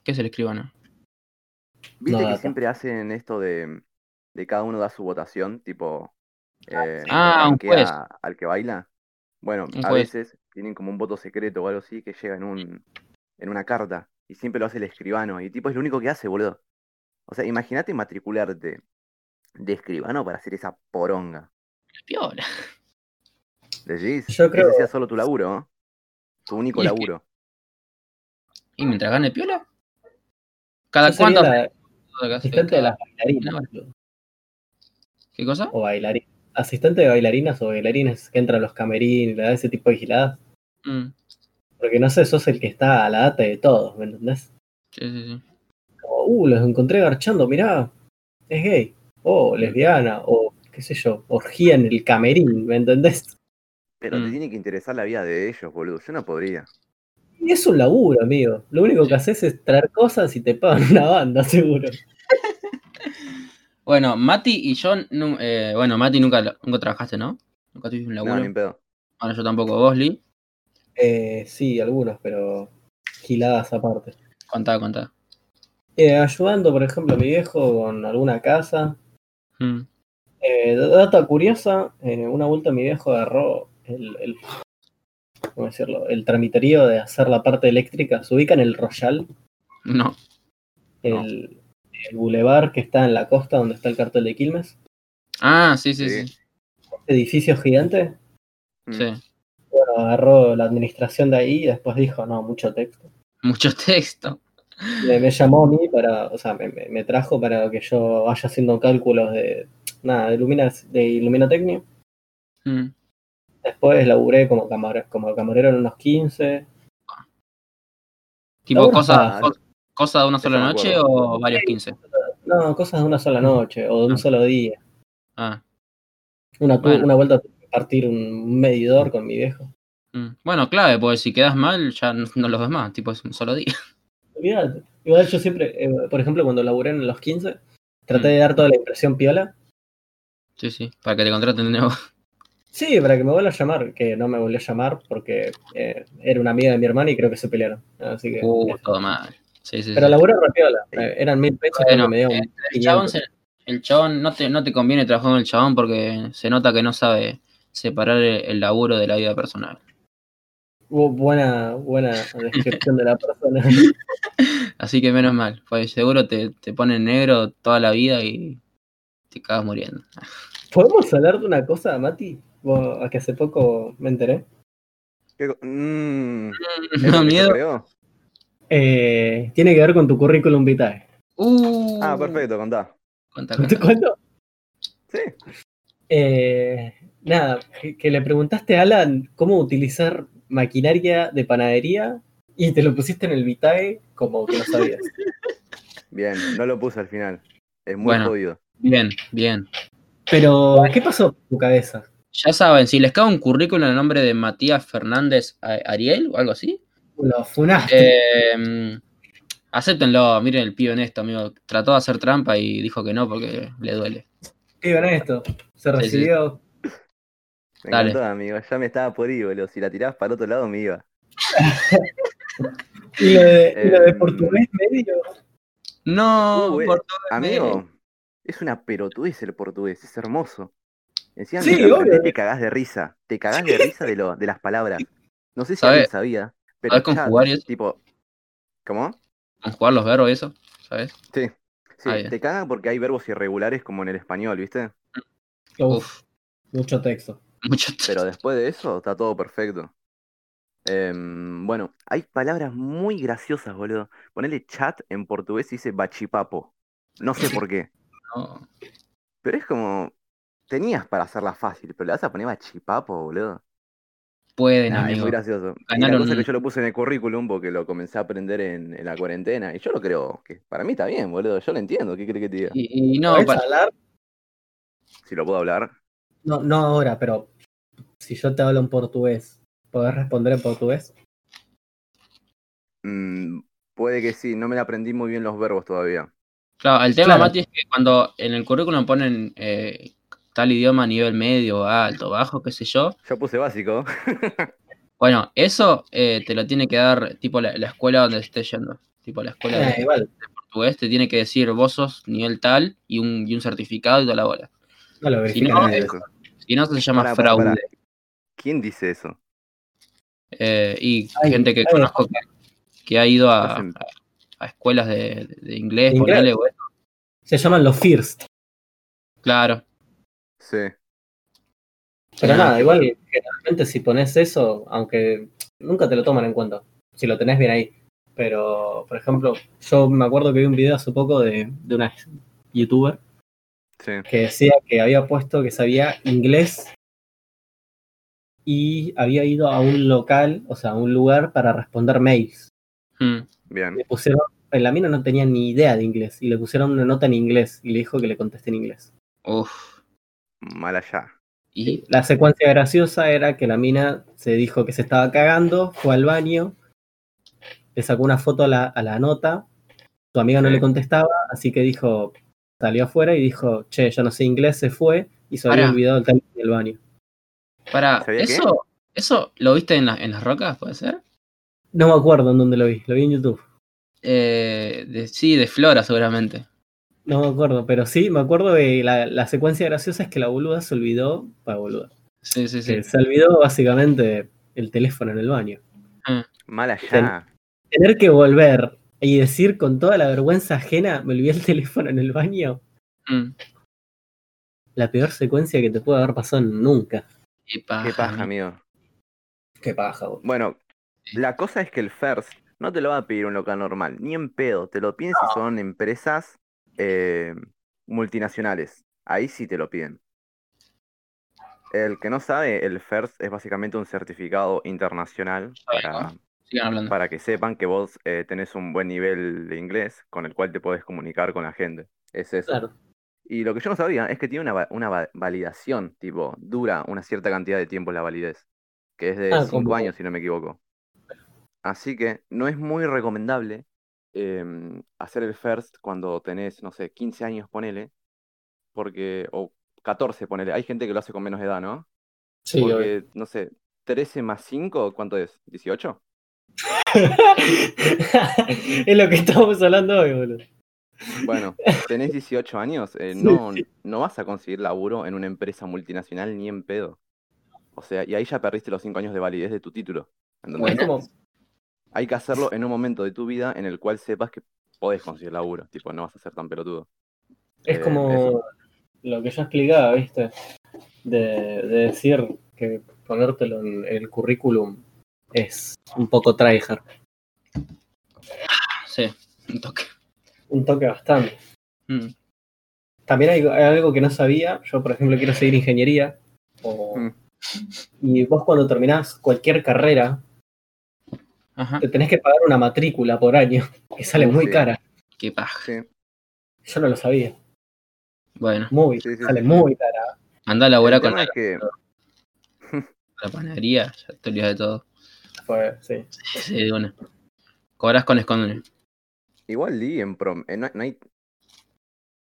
S1: ¿Qué es el escribano?
S2: Viste
S3: No,
S2: que
S3: data.
S2: siempre hacen esto de, de cada uno da su votación, tipo, eh,
S1: Ah, un
S2: ranquea
S1: juez.
S2: al que baila. Bueno,
S1: Un
S2: a
S1: juez.
S2: veces tienen como un voto secreto o algo así que llega en, un, en una carta y siempre lo hace el escribano y tipo es lo único que hace, boludo. O sea, imagínate matricularte de escribano para hacer esa poronga.
S1: Piola.
S2: ¿Decís?
S3: Yo creo-
S2: Ese sea solo tu laburo, ¿no? Tu único
S1: Y es que-
S2: laburo.
S1: ¿Y mientras gane piola?
S3: yo
S1: ¿Cada
S3: sería
S1: cuánto?
S3: la asistente de
S1: cada-
S3: las bailarinas, boludo,
S1: ¿Qué cosa?
S3: o bailarina. Asistente de bailarinas o bailarines que entran a los camerines, le da ese tipo de giladas.
S1: Mm,
S3: Porque no sé, sos el que está a la data de todos, ¿me entendés?
S1: sí, sí, sí.
S3: como, uh, los encontré garchando, mirá, es gay, o lesbiana, o qué sé yo, orgía en el camerín, ¿me entendés?
S2: Pero te
S1: Mm.
S2: tiene que interesar la vida de ellos, boludo. Yo no podría.
S3: Y es un laburo, amigo. Lo único que haces es traer cosas y te pagan una banda, seguro.
S1: Bueno, Mati y yo, nu- eh, bueno, Mati nunca, nunca trabajaste, ¿no? Nunca tuviste un laburo.
S2: No, ni en pedo.
S1: Bueno, yo tampoco, vos, Lee.
S3: Eh, sí, algunos, pero giladas aparte.
S1: Contá, contá.
S3: Eh, ayudando, por ejemplo, a mi viejo con alguna casa.
S1: Mm.
S3: Eh, data curiosa, eh, una vuelta mi viejo agarró el, el- ¿cómo decirlo? el tramiterío de hacer la parte eléctrica. Se ubica en el Royal,
S1: No.
S3: el,
S2: No.
S3: el bulevar que está en la costa donde está el cartel de Quilmes.
S1: Ah, sí, sí, sí.
S2: Sí.
S3: Edificio gigante.
S2: Mm.
S1: sí.
S3: Bueno, agarró la administración de ahí y después dijo, no, mucho texto.
S1: Mucho texto.
S3: Me, me llamó a mí para, o sea, me, me- me trajo para que yo vaya haciendo cálculos de, nada, de, ilumina- de iluminotecnia.
S1: Mm.
S3: Después laburé como, camar- como camarero en unos 15.
S1: Tipo,
S3: Laburo
S1: cosa,
S2: fácil.
S1: co- cosa de una sola
S2: Eso me
S1: noche
S2: acuerdo.
S1: o varios 15.
S3: No, cosas de una sola noche o de
S1: Ah.
S3: un solo día.
S1: Ah.
S3: Una, tu-
S1: Bueno.
S3: una vuelta a partir un medidor con mi viejo.
S1: mm. Bueno, clave, porque si quedas mal ya no, no los ves más. Tipo, es un solo día.
S3: Olvídate. Igual yo siempre, eh, por ejemplo, cuando laburé en los 15, traté
S1: Mm.
S3: de dar toda la impresión piola.
S1: Sí, sí. Para que te contraten de nuevo.
S3: Sí, para que me vuelva a llamar, que no me volvió a llamar porque eh, era una amiga de mi hermana y creo que se pelearon. Así que.
S1: Uh, todo mal. Sí, sí.
S3: Pero
S1: sí.
S3: laburé re piola. eh, eran mil pesos
S1: Bueno,
S3: que me dieron.
S1: eh, el chabón, se- el chabón no, te, no te conviene trabajar con el chabón porque se nota que no sabe separar el, el laburo de la vida personal.
S3: Bu- Buena, buena descripción de la persona.
S1: Así que menos mal, pues seguro te, te pone negro toda la vida y te cagas muriendo.
S3: ¿Podemos hablar de una cosa, Mati? Vos, A que hace poco me enteré.
S2: ¿Qué co- Mm, ¿es
S1: ¿No
S2: lo que yo
S1: miedo?
S2: creo?
S3: Eh, tiene que ver con tu currículum vitae.
S1: Uh,
S2: Ah, perfecto, contá.
S1: contá,
S3: ¿Te
S1: contá.
S3: cuento?
S2: Sí.
S3: Eh, nada, que, que le preguntaste a Alan cómo utilizar maquinaria de panadería y te lo pusiste en el vitae como que no sabías.
S2: Bien, no lo puse al final. Es muy
S1: Bueno.
S2: jodido.
S1: Bien, bien.
S3: Pero, ¿qué pasó por tu cabeza?
S1: Ya saben, si les cae un currículum en nombre de Matías Fernández A- Ariel o algo así,
S3: Lo funaste.
S1: eh, acéptenlo. Miren el pibe en esto, amigo. Trató de hacer trampa y dijo que no porque le duele.
S3: Qué bueno esto. Se
S1: sí.
S3: recibió.
S2: Me
S1: Dale.
S2: encantó, amigo. Ya me estaba por ir, boludo. Si la tirabas para el otro lado, me iba.
S3: Y lo de, y lo de
S1: Eh,
S2: Em,
S3: portugués medio.
S1: No,
S2: Uh, eh,
S1: por
S2: Amigo, es una pelotudez el portugués. Es hermoso. Encima
S3: Sí,
S2: no te lo
S3: obvio.
S2: aprendés, te cagás de risa. Te cagás de risa de, lo, de las palabras. No sé si
S1: ¿Sabés-
S2: alguien sabía, pero
S1: sabés
S2: chat,
S1: conjugar y eso?
S2: tipo... ¿Cómo?
S1: conjugar los verbos y eso, ¿sabes?
S2: Sí. Sí,
S1: Ah, bien.
S2: te cagan porque hay verbos irregulares como en el español, ¿viste?
S3: Uf,
S1: Uf,
S3: mucho texto.
S1: mucho texto.
S2: Pero después de eso está todo perfecto. Em, bueno, hay palabras muy graciosas, boludo. Ponele chat en portugués y dice bachipapo. No sé por qué.
S1: No.
S2: Pero es como. Tenías para hacerla fácil, pero le vas a poner bachipapo, boludo.
S1: Pueden,
S2: Nah, es
S1: amigo.
S2: muy gracioso. Y la
S1: Ganaron
S2: cosa es
S1: un-
S2: que yo lo puse en el currículum porque lo comencé a aprender en, en la cuarentena. Y yo lo creo que para mí está bien, boludo. Yo lo entiendo. ¿Qué crees que te diga?
S1: Y, y no,
S3: ¿Podés
S1: para-
S3: hablar?
S2: Si lo puedo hablar.
S3: No, no ahora, pero si yo te hablo en portugués, ¿podés responder en portugués?
S2: Mm, puede que sí. No me la aprendí muy bien los verbos todavía.
S1: claro, el tema,
S3: Claro.
S1: Mati, es que cuando en el currículum ponen eh, tal idioma a nivel medio, alto, bajo, qué sé yo,
S2: Yo puse básico.
S1: bueno, eso eh, te lo tiene que dar tipo la, la escuela donde estés yendo. Tipo la escuela
S3: Eh,
S1: de
S3: igual,
S1: portugués te tiene que decir vos sos nivel tal y un, y un certificado y toda la bola.
S3: no lo
S1: Si
S3: verifican.
S1: no, eh,
S2: Nada de
S1: es-
S2: eso.
S1: si no, se llama
S2: Pará, pará,
S1: fraude.
S2: pará. ¿Quién dice eso?
S1: Eh, y
S3: Ay,
S1: gente que
S3: ay.
S1: conozco que, que ha ido a,
S2: Hacen-
S1: a- a escuelas de, de inglés,
S3: Inglés.
S1: ponele, bueno,
S3: Se llaman los first.
S1: claro.
S2: Sí.
S3: Pero
S1: Sí.
S3: nada, igual, generalmente si pones eso, aunque nunca te lo toman en cuenta, si lo tenés bien ahí. Pero, por ejemplo, yo me acuerdo que vi un video hace poco de, de una youtuber
S2: Sí.
S3: que decía que había puesto que sabía inglés y había ido a un local, o sea, a un lugar para responder mails.
S1: Mm.
S2: Bien.
S3: le pusieron, en la mina no tenía ni idea de inglés, y le pusieron una nota en inglés, y le dijo que le contesté en inglés.
S1: Uf.
S2: Mal allá.
S1: Y
S3: La secuencia graciosa era que la mina se dijo que se estaba cagando, fue al baño, le sacó una foto a la, a la nota, su amiga no
S2: Sí.
S3: le contestaba, así que dijo, salió afuera y dijo, che, yo no sé inglés, se fue y se había
S1: Pará.
S3: olvidado el teléfono en el baño.
S1: Para,
S2: ¿Sabía qué?
S1: ¿eso, ¿eso lo viste en, la- en las rocas, puede ser?
S3: No me acuerdo en dónde lo vi, lo vi en YouTube.
S1: Eh, de- sí, de Flora seguramente.
S3: No me acuerdo, pero sí, me acuerdo de la, la secuencia graciosa es que la boluda se olvidó, para boluda,
S1: Sí, sí, sí.
S3: que se olvidó básicamente el teléfono en el baño.
S2: Mala ya.
S3: Tener que volver y decir con toda la vergüenza ajena, me olvidé el teléfono en el baño,
S1: Mm.
S3: la peor secuencia que te puede haber pasado nunca.
S1: Qué paja.
S2: Qué paja,
S1: ¿no?
S2: amigo.
S3: Qué paja, boludo.
S2: Bueno, la cosa es que el FERS no te lo va a pedir un local normal, ni en pedo. Te lo piden si son empresas eh, multinacionales. Ahí sí te lo piden. El que no sabe, el FERS es básicamente un certificado internacional
S1: Sabía,
S2: para,
S1: Sigan hablando.
S2: para que sepan que vos eh, tenés un buen nivel de inglés con el cual te podés comunicar con la gente. Es eso.
S3: Claro.
S2: Y lo que yo no sabía es que tiene una, va- una va- validación, tipo, dura una cierta cantidad de tiempo la validez, que es de
S3: Ah,
S2: 5
S3: como-
S2: años, si no me equivoco. Así que no es muy recomendable em, hacer el first cuando tenés, no sé, 15 años, ponele, porque, o 14, ponele. Hay gente que lo hace con menos edad, ¿no?
S3: Sí, obvio.
S2: porque, no sé, 13 más 5, ¿cuánto es? ¿18?
S3: es lo que estamos hablando hoy, boludo.
S2: Bueno, tenés 18 años, eh,
S3: Sí,
S2: no, no vas a conseguir laburo en una empresa multinacional ni en pedo. O sea, y ahí ya perdiste los 5 años de validez de tu título. ¿entendés?
S3: Es
S1: Bueno.
S3: como,
S2: Hay que hacerlo en un momento de tu vida en el cual sepas que podés conseguir laburo. Tipo, no vas a ser tan pelotudo.
S3: es
S2: Eh,
S3: como
S2: eso.
S3: lo que yo explicaba, ¿viste? De, de decir que ponértelo en el currículum es un poco tryhard.
S1: Sí, un toque.
S3: Un toque bastante.
S1: Mm.
S3: También hay, hay algo que no sabía. Yo, por ejemplo, quiero seguir ingeniería. o-
S2: Mm.
S3: Y vos cuando terminás cualquier carrera,
S1: Ajá.
S3: te tenés que pagar una matrícula por año, que sale muy
S2: Uh, Sí.
S3: cara.
S1: Qué paja.
S2: Sí,
S3: Yo no lo sabía.
S1: Bueno,
S3: Muy,
S2: Sí, sí,
S3: sale
S2: sí.
S3: muy cara.
S1: anda a laburar
S2: el
S1: con
S2: tema
S1: la,
S2: es que
S1: la panadería. Ya te olvidas de todo.
S3: Fue- sí.
S1: Sí, de una. Cobras con escondón.
S2: igual di en prom... eh, no, no hay...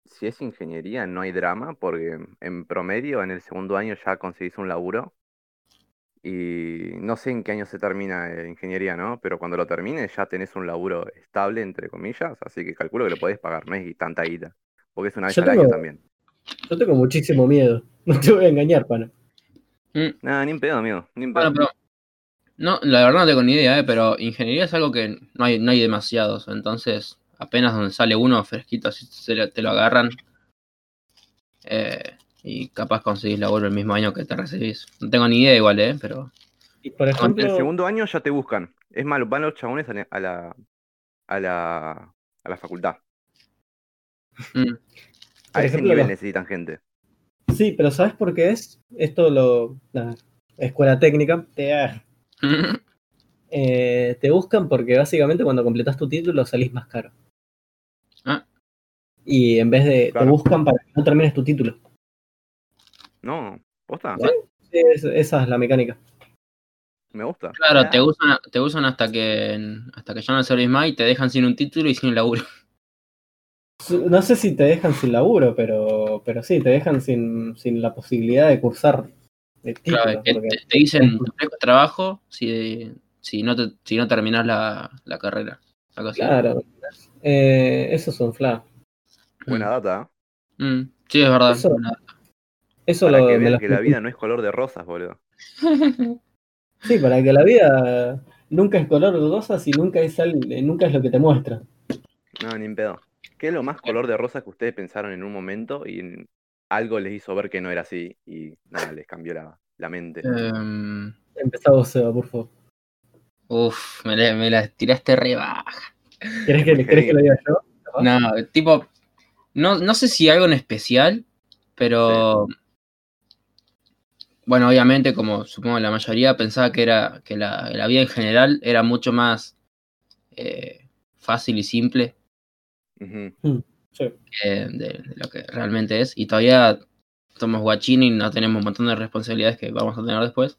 S2: Si es ingeniería, no hay drama, porque en promedio en el segundo año ya conseguís un laburo. Y no sé en qué año se termina eh, ingeniería, ¿no? Pero cuando lo termines ya tenés un laburo estable, entre comillas, así que calculo que lo podés pagar, no es tanta guita. Porque es una vez
S3: Yo
S2: al año
S3: tengo-
S2: también.
S3: Yo tengo muchísimo miedo. No te voy a engañar, pana.
S2: Nada, ni en pedo, amigo, ni en pedo.
S1: Bueno, pero. No, la verdad no tengo ni idea, eh, pero ingeniería es algo que no hay, no hay demasiados. Entonces, apenas donde sale uno fresquito, así se lo- te lo agarran. Eh, y capaz conseguís laburo el mismo año que te recibís. No tengo ni idea igual, eh, pero.
S3: Y por
S2: El
S1: eh,
S3: ejemplo,
S2: segundo año ya te buscan. Es malo, van los chabones a la, a la, a la, a la facultad.
S1: mm,
S2: A
S3: Por
S2: ese
S3: ejemplo,
S2: nivel
S3: los-
S2: necesitan gente.
S3: sí, pero ¿sabes por qué es? Esto lo. la escuela técnica. Te, ah, eh, te buscan porque básicamente cuando completas tu título salís más caro.
S1: Ah.
S3: Y en vez de. Te
S2: Claro.
S3: buscan para que no termines tu título.
S2: No, posta,
S1: Bueno.
S3: Sí, es- esa es la mecánica.
S2: me gusta.
S1: Claro, te usan, te usan hasta que hasta que ya no servís más y te dejan sin un título y sin un laburo.
S3: No sé si te dejan sin laburo, pero, pero sí, te dejan sin, sin la posibilidad de cursar de título.
S1: Claro, que
S3: porque-
S1: te, te dicen te ofrezco trabajo si, si no te, si no terminás la, la carrera. Algo así.
S3: claro. Eh, eso es un fla.
S1: Mm,
S2: Buena data. ¿eh?
S1: mm, sí, es verdad.
S3: Eso-
S1: buena-
S3: Eso
S2: Para
S3: lo,
S2: que
S3: me
S2: vean
S3: lo-
S2: que la vida no es color de rosas, boludo.
S3: Sí, para que la vida nunca es color de rosas y nunca es, al- eh, nunca es lo que te muestra.
S2: No, ni en pedo. ¿Qué es lo más color de rosas que ustedes pensaron en un momento y en- algo les hizo ver que no era así y nada, les cambió la, la mente?
S1: Em,
S3: Empezá vos, Seba, por favor.
S1: uf, me, la- me la tiraste re baja.
S3: ¿Querés que,
S2: Muy
S3: querés que lo diga yo?
S1: No, tipo, no, no sé si algo en especial, pero. Bueno, obviamente, como supongo la mayoría, pensaba que era que la, la vida en general era mucho más eh, fácil y simple
S2: Ujú.
S3: Sí.
S1: eh, de, de lo que realmente es. Y todavía somos guachín y no tenemos un montón de responsabilidades que vamos a tener después.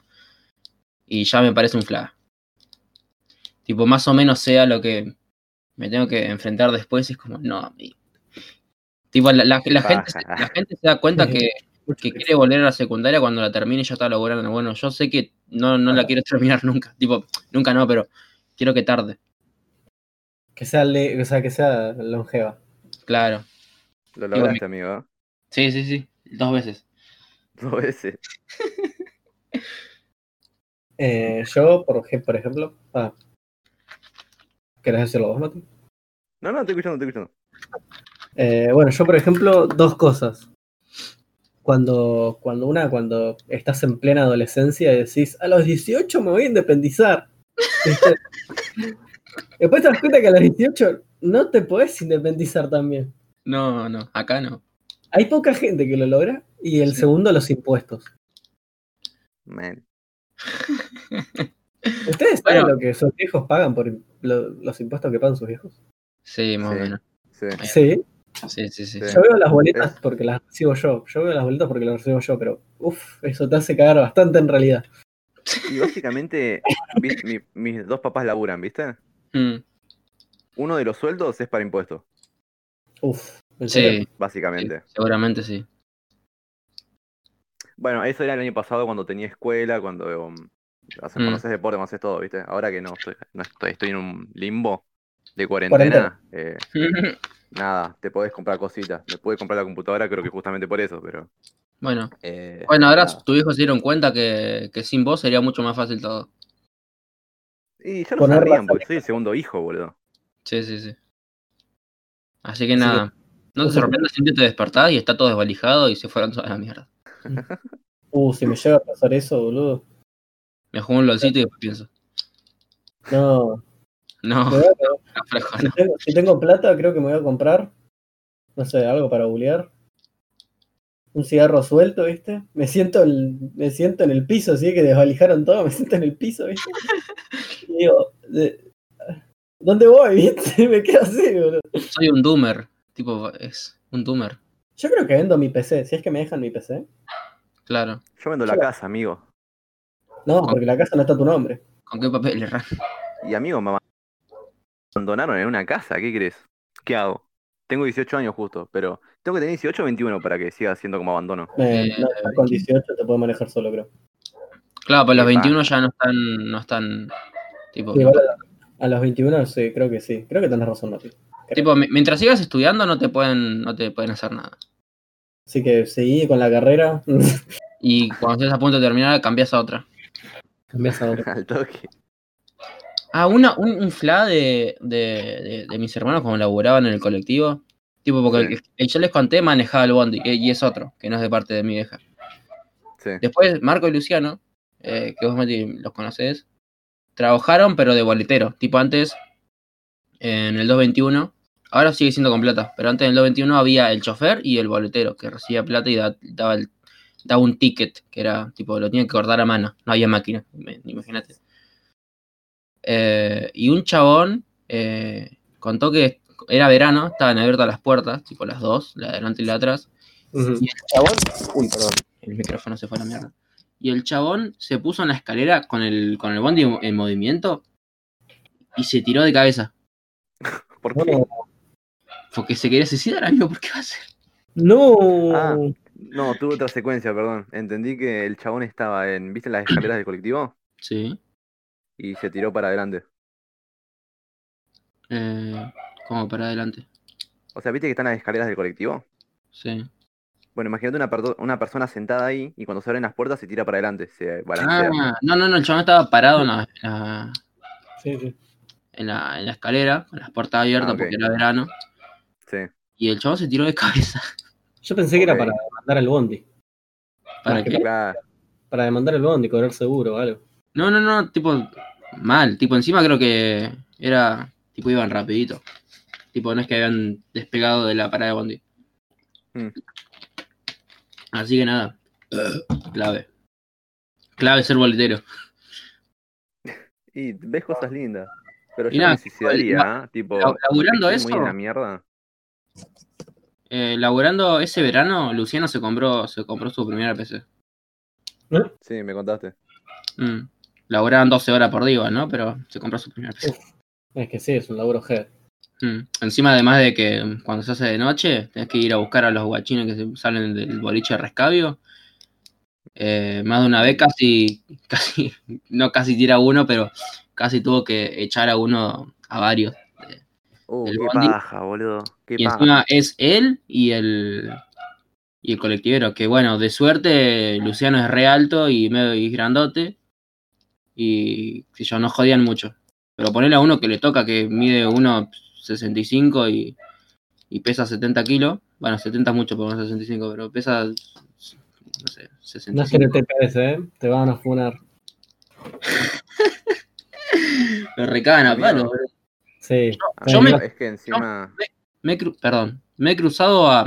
S1: Y ya me parece un flag. tipo, más o menos sea lo que me tengo que enfrentar después, es como, no, amigo. Tipo, la, la- la gente, se- la gente se da cuenta que, que quiere volver a la secundaria cuando la termine y ya está laburando. Bueno, yo sé que no, no la quiero terminar nunca, tipo, nunca no, pero quiero que tarde,
S3: Que sea, le- o sea, que sea longeva.
S1: claro.
S2: Lo lograste, amigo. ¿eh?
S1: Sí, sí, sí, dos veces.
S2: Dos veces.
S3: Eh, yo, por, ej- por ejemplo. Ah. ¿Querés decirlo vos, Mati?
S2: No, no, estoy escuchando, estoy escuchando.
S3: Eh, bueno, yo por ejemplo, dos cosas. Cuando, cuando una, cuando estás en plena adolescencia y decís, a los 18 me voy a independizar. ¿Viste? Después te das cuenta que a los 18 no te podés independizar también.
S1: No, no, acá no.
S3: Hay poca gente que lo logra. Y el
S1: Sí.
S3: segundo, los impuestos.
S2: Man.
S3: ¿Ustedes saben
S1: Bueno.
S3: lo que sus viejos pagan por im- lo- los impuestos que pagan sus viejos?
S1: Sí, más
S2: Sí.
S1: o menos.
S2: Sí.
S1: Bien.
S3: Sí,
S1: Sí, sí, sí.
S2: Sí.
S1: sí.
S3: yo veo las boletas porque las recibo yo. Yo veo las boletas porque las recibo yo, pero uff, eso te hace cagar bastante en realidad.
S2: Y básicamente, vi- mi- mis dos papás laburan, ¿viste?
S1: Mm,
S2: Uno de los sueldos es para impuestos,
S3: Uff, en serio.
S1: sí, sí,
S2: básicamente.
S1: seguramente sí.
S2: Bueno, eso era el año pasado cuando tenía escuela, cuando, um, haces-
S1: Mm.
S2: cuando haces deporte, cuando haces todo, ¿viste? Ahora que no estoy, no estoy, estoy en un limbo de cuarentena, eh, nada, te podés comprar cositas. Me pude comprar la computadora, creo que justamente por eso, pero.
S1: Bueno,
S2: eh,
S1: bueno, ahora
S2: nada.
S1: tus hijos se dieron cuenta que, que sin vos sería mucho más fácil todo.
S2: Y ya lo
S3: Poner
S2: sabrían,
S3: la-
S2: porque soy el segundo hijo, boludo.
S1: Sí, sí, sí. Así que
S3: Así
S1: nada, no te
S3: Ujú.
S1: sorprendas, siempre te despertás y está todo desvalijado y se fueron todas a la mierda.
S3: Uh, si me llega a pasar eso, boludo.
S1: Me juego un lolcito y después pienso.
S3: No.
S1: No,
S3: me voy a-
S1: no, flaco,
S3: si,
S1: no.
S3: tengo, si tengo plata, creo que me voy a comprar. No sé, algo para bulear. Un cigarro suelto, ¿viste? Me siento, el- me siento en el piso, así que desvalijaron todo, me siento en el piso, ¿viste? Y digo, de- ¿dónde voy, viste? Me quedo así, boludo.
S1: soy un doomer. Tipo, es un doomer,
S3: Yo creo que vendo mi PC, si es que me dejan mi PC.
S1: claro.
S2: Yo vendo la
S3: Claro.
S2: casa, amigo.
S3: No, porque la casa no está a tu nombre.
S1: ¿Con qué papel errar?
S2: Y amigo, me abandonaron en una casa, ¿qué crees? ¿Qué hago? Tengo 18 años justo, pero tengo que tener 18 o 21 para que siga siendo como abandono.
S3: Me-
S1: Eh,
S3: no, con 18 te puedo manejar solo, creo.
S1: Claro, pues los
S2: Epa.
S1: 21 ya no están, no están, tipo,
S3: Igual a, a los 21, sí, creo que sí. Creo que tenés razón, Mati.
S1: tipo, mi- mientras sigas estudiando no te pueden, no te pueden hacer nada.
S3: Así que seguí con la carrera.
S1: Y cuando estés a punto de terminar, cambias a otra.
S3: Cambiás a otra.
S2: Al toque.
S1: Ah, una, un, un fla de, de- de- de mis hermanos cuando laburaban en el colectivo. Tipo, porque el que yo les conté manejaba el bondi, que- y es otro, que no es de parte de mi vieja.
S2: Sí.
S1: Después, Marco y Luciano, eh, que vos Mati, los conocés, trabajaron, pero de boletero. Tipo, antes, en el 221, ahora sigue siendo con plata, pero antes en el 221 había el chofer y el boletero, que recibía plata y da- daba, el- daba un ticket, que era, tipo, lo tenían que cortar a mano, no había máquina, me- imagínate. Eh, y un chabón eh, contó que era verano, estaban abiertas las puertas, tipo las dos, la de adelante y la de atrás,
S3: Ujú.
S1: Uy, perdón. El micrófono se fue a la mierda. Y el chabón se puso en la escalera con el, con el bondi en, en movimiento y se tiró de cabeza.
S2: ¿Por qué?
S3: No,
S1: Porque se quería suicidar, amigo, ¿por qué va a ser?
S3: no.
S2: Ah. No, tuve otra secuencia, perdón. Entendí que el chabón estaba en, ¿viste las escaleras del colectivo?
S1: Sí.
S2: Y se tiró para adelante.
S1: Eh, como para adelante.
S2: O sea, ¿viste que están las escaleras del colectivo?
S1: Sí.
S2: Bueno, imagínate una, perdo- una persona sentada ahí y cuando se abren las puertas se tira para adelante, se balancea.
S1: Ah, no, no, no, el chabón estaba parado en la, en la-
S3: Sí, sí.
S1: en la- en la escalera, con las puertas abiertas
S2: Ah, ok.
S1: porque era verano.
S2: Sí.
S1: Y el chabón se tiró de cabeza.
S3: Yo pensé que
S2: Ok.
S3: era para demandar al bondi.
S1: ¿Para
S3: Ah, qué
S1: qué?
S2: Claro.
S3: Para demandar al bondi, cobrar seguro o algo.
S1: No, no, no, tipo, mal, tipo, encima creo que era, tipo, iban rapidito. Tipo, no es que habían despegado de la parada de Bondi.
S2: Mm.
S1: Así que nada, clave. Clave ser boletero.
S2: Y ves cosas lindas. Pero
S1: Y
S2: yo no
S1: nada,
S2: me suicidaría, ¿ah? Tipo,
S1: lab- laburando
S2: estoy
S1: eso.
S2: muy en la mierda.
S1: Eh, laburando ese verano, Luciano se compró, se compró su primera PC.
S2: Sí, me contaste.
S1: Mm. Laboraban 12 horas por día, ¿no? Pero se compró su primer PC.
S3: Es que sí, es un laburo heavy.
S1: Mm. Encima, además de que cuando se hace de noche, tenés que ir a buscar a los guachines que se- salen del boliche de rescabio. Eh, más de una vez casi, casi, no casi tira a uno, pero casi tuvo que echar a uno, a varios.
S2: Uh,
S1: El
S2: qué
S1: bondi.
S2: paja, boludo. Qué
S1: Y
S2: paja.
S1: encima es él y el, y el colectivero, que bueno, de suerte Luciano es re alto y medio y grandote. Y si yo, no jodían mucho. Pero ponerle a uno que le toca, que mide 1,65 y, y pesa 70 kilos. Bueno, 70 es mucho por 1,65, pero pesa, no sé,
S3: No se le
S1: 65.
S3: TPS, ¿eh? Te van a funar.
S1: Lo recagan a palo. boludo.
S3: Sí.
S1: yo me-
S2: Es que encima.
S1: Me he cru- perdón, me he cruzado a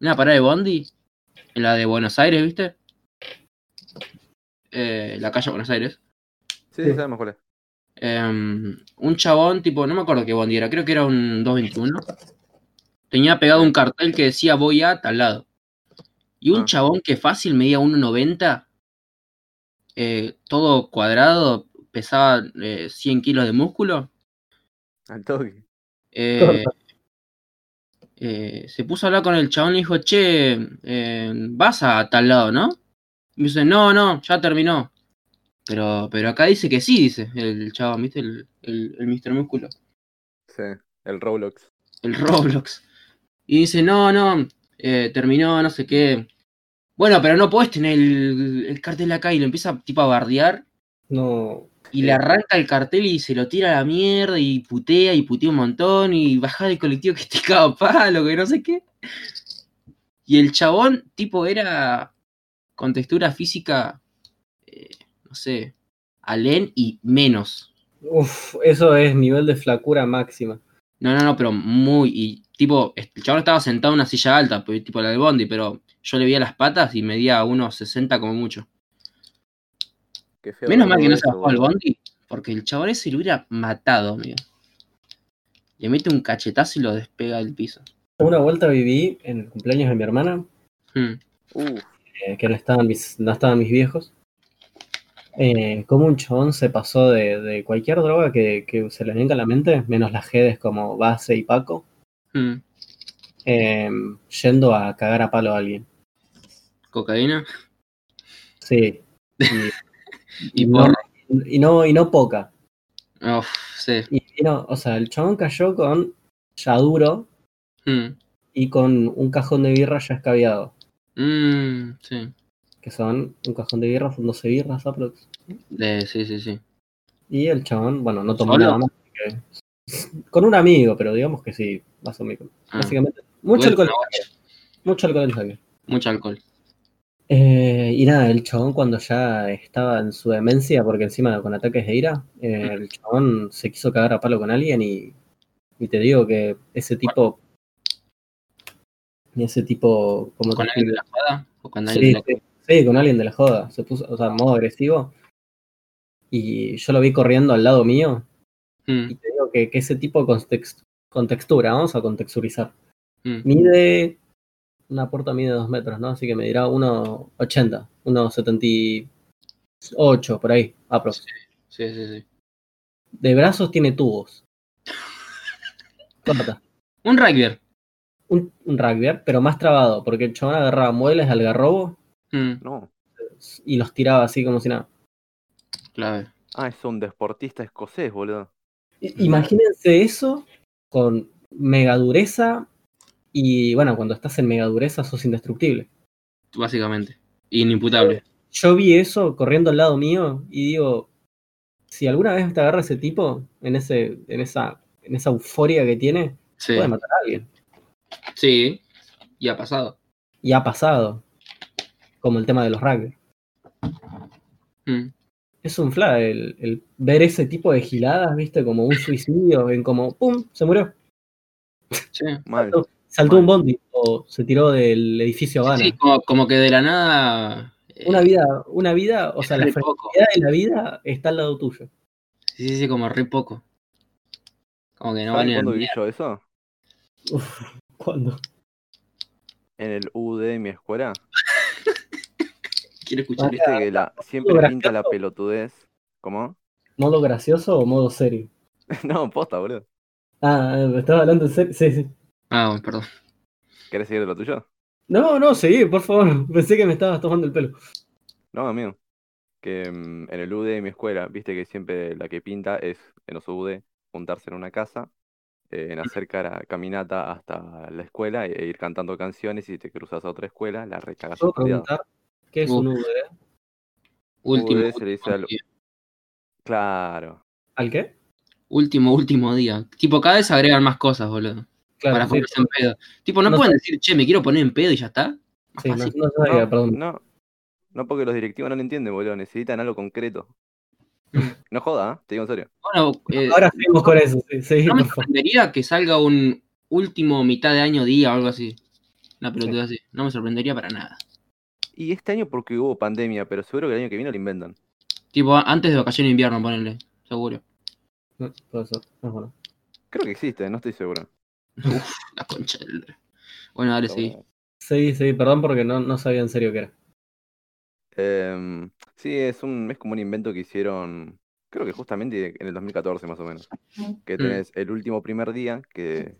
S1: una parada de Bondi, en la de Buenos Aires, ¿viste? Eh, la calle Buenos Aires.
S2: Sí, sí, sabemos cuál es.
S1: Em, un chabón, tipo, no me acuerdo qué Bondi era, creo que era un 221. Tenía pegado un cartel que decía voy a tal lado. Y un
S2: Ah.
S1: chabón que fácil medía 1,90, eh, todo cuadrado, pesaba eh, 100 kilos de músculo.
S2: Al toque.
S1: Eh, eh, se puso a hablar con el chabón y le dijo, che, eh, vas a tal lado, ¿no? Y me dice, no, no, ya terminó. Pero, pero acá dice que sí, dice el chabón, ¿viste? El, el, el Mr. Músculo,
S2: Sí, el Roblox.
S1: el Roblox. Y dice, no, no, eh, terminó, no sé qué. Bueno, pero no podés tener el, el cartel acá y lo empieza tipo a bardear.
S3: No.
S1: Y le arranca el cartel y se lo tira a la mierda y putea y putea un montón y baja del colectivo que te cago a palo, que no sé qué. Y el chabón, tipo, era con textura física, eh, no sé, alén y menos.
S3: Uf, eso es nivel de flacura máxima.
S1: No, no, no, pero muy. Y tipo, est- el chabón estaba sentado en una silla alta, pe- tipo la del Bondi, pero yo le veía las patas y medía unos 60 como mucho.
S2: Qué feo.
S1: Menos mal
S2: boludo,
S1: que no
S2: eso,
S1: se bajó al
S2: boludo.
S1: bondi, porque el chabón ese lo hubiera matado, amigo. Le mete un cachetazo y lo despega del piso.
S3: Una vuelta viví en el cumpleaños de mi hermana,
S1: Hmm.
S2: Uf,
S3: eh, que no estaban mis, no estaban mis viejos. Eh, como un chabón se pasó de, de cualquier droga que, que se le venga a la mente, menos las GEDES como Base y Paco,
S1: Hmm.
S3: eh, yendo a cagar a palo a alguien.
S1: Cocaína
S3: Sí. Y,
S1: y
S3: y no,
S1: porro.
S3: y, no, y no poca.
S1: Uf, sí.
S3: Y, y no, o sea, el chabón cayó con ya duro
S1: Hmm.
S3: y con un cajón de birra ya escabiado.
S1: Mm, sí.
S3: que son un cajón de birra, son 12 birras aprox.
S1: De- sí, sí, sí.
S3: Y el chabón, bueno, no tomó
S1: ¿Solo?
S3: nada más. así que- Con un amigo, pero digamos que sí, más o menos.
S1: Ah,
S3: Básicamente, mucho
S1: igual
S3: alcohol,
S1: una bocha,
S3: mucho alcohol en sangre.
S1: Mucho alcohol.
S3: Eh, y nada, el chabón cuando ya estaba en su demencia, porque encima con ataques de ira,
S1: Mm.
S3: eh, el chabón se quiso cagar a palo con alguien y, y te digo que ese tipo... Ese tipo, como
S1: ¿Con alguien de la joda? ¿O con alguien
S3: Sí,
S1: de la-
S3: sí, sí, con alguien de la joda. Se puso, o sea, en modo agresivo. Y yo lo vi corriendo al lado mío. Y
S1: Hmm,
S3: te digo que, que ese tipo de context- contextura, vamos a contexturizar.
S1: hmm.
S3: Mide. Una puerta mide dos metros, ¿no? Así que me dirá 1,80, 1,78, por ahí, aprox.
S1: Sí, sí, sí.
S3: De brazos tiene tubos. Corta.
S1: Un rugbyer.
S3: Un, un rugby, pero más trabado, porque el chabón agarraba muebles de algarrobo
S1: Hmm,
S2: no.
S3: y los tiraba así como si nada.
S1: Clave.
S2: Ah, es un deportista escocés, boludo.
S3: I- Imagínense eso con mega dureza y bueno, cuando estás en mega dureza sos indestructible.
S1: Básicamente. Inimputable.
S3: Yo vi eso corriendo al lado mío y digo, si alguna vez te agarra ese tipo en ese en esa en esa euforia que tiene,
S1: Sí.
S3: puede matar a alguien.
S1: Sí. Y ha pasado.
S3: Y ha pasado. Como el tema de los rugby.
S1: Hmm.
S3: Es un fla el, el ver ese tipo de giladas, ¿viste? Como un suicidio, en como pum, se murió,
S1: Sí.
S2: Mal.
S3: saltó un bondi o se tiró del edificio Habana.
S1: Sí, como, como que de la nada. eh,
S3: Una vida, una vida, o sea, la
S1: re
S3: felicidad
S1: poco.
S3: de la vida está al lado tuyo.
S1: Sí, sí, sí, como re poco. Como que no
S2: ¿Saben
S1: vale
S2: cuándo
S1: la
S2: viví
S1: mierda.
S2: yo eso?
S3: Cuando
S2: En el UD de mi escuela.
S1: Quiero escuchar
S3: Vale.
S1: esto. Ah,
S3: Ah.
S2: Viste que la, siempre
S3: Gracioso.
S2: pinta la pelotudez ¿Cómo?
S3: ¿Modo gracioso o modo serio?
S2: no, posta, boludo.
S3: Ah, eh, estaba hablando en serio. Sí, sí.
S1: Ah, bueno, perdón.
S2: ¿Querés seguir de lo tuyo?
S3: No, no, sí, por favor. Pensé que me estabas tomando el pelo.
S2: No, amigo. Que mm, en el UD de mi escuela, viste que siempre la que pinta es en los UD juntarse en una casa, eh, en hacer cara, caminata hasta la escuela e, e ir cantando canciones y si te cruzas a otra escuela, la recagas.
S3: ¿Puedo preguntar qué es un ¿eh? UD?
S1: Último,
S2: Uy, se le dice
S1: último
S2: al-
S1: día.
S2: Claro.
S3: ¿Al qué?
S1: último, último día. Tipo, cada vez agregan más cosas, boludo.
S3: Claro,
S1: para
S3: sí,
S1: ponerse en pedo. Tipo, no,
S3: No
S1: pueden decir, che, me quiero poner en pedo y ya está. Más
S3: sí, no,
S1: fácil.
S3: no sabía,
S2: No,
S3: perdón.
S2: no, no porque los directivos no lo entienden, boludo. Necesitan algo concreto. No joda, ¿eh? te digo en serio.
S1: Bueno, eh,
S3: Ahora seguimos con eso, sí, sí,
S1: no me
S3: por favor.
S1: sorprendería que salga un último mitad de año día o algo así. Una pelotuda así. No me sorprendería para nada.
S2: Y este año porque hubo pandemia, pero seguro que el año que viene lo inventan.
S1: Tipo, a- antes de vacaciones de invierno, ponele. Seguro.
S3: No, por eso, no, bueno.
S2: Creo que existe, no estoy seguro.
S1: La concha del... Bueno, dale,
S2: Pero
S1: sí.
S2: bueno.
S3: Sí, sí, perdón porque no, no sabía en serio qué era.
S2: Em, sí, es un, es como un invento que hicieron, creo que justamente en el 2014 más o menos. Que
S1: Mm.
S2: tenés el último primer día, que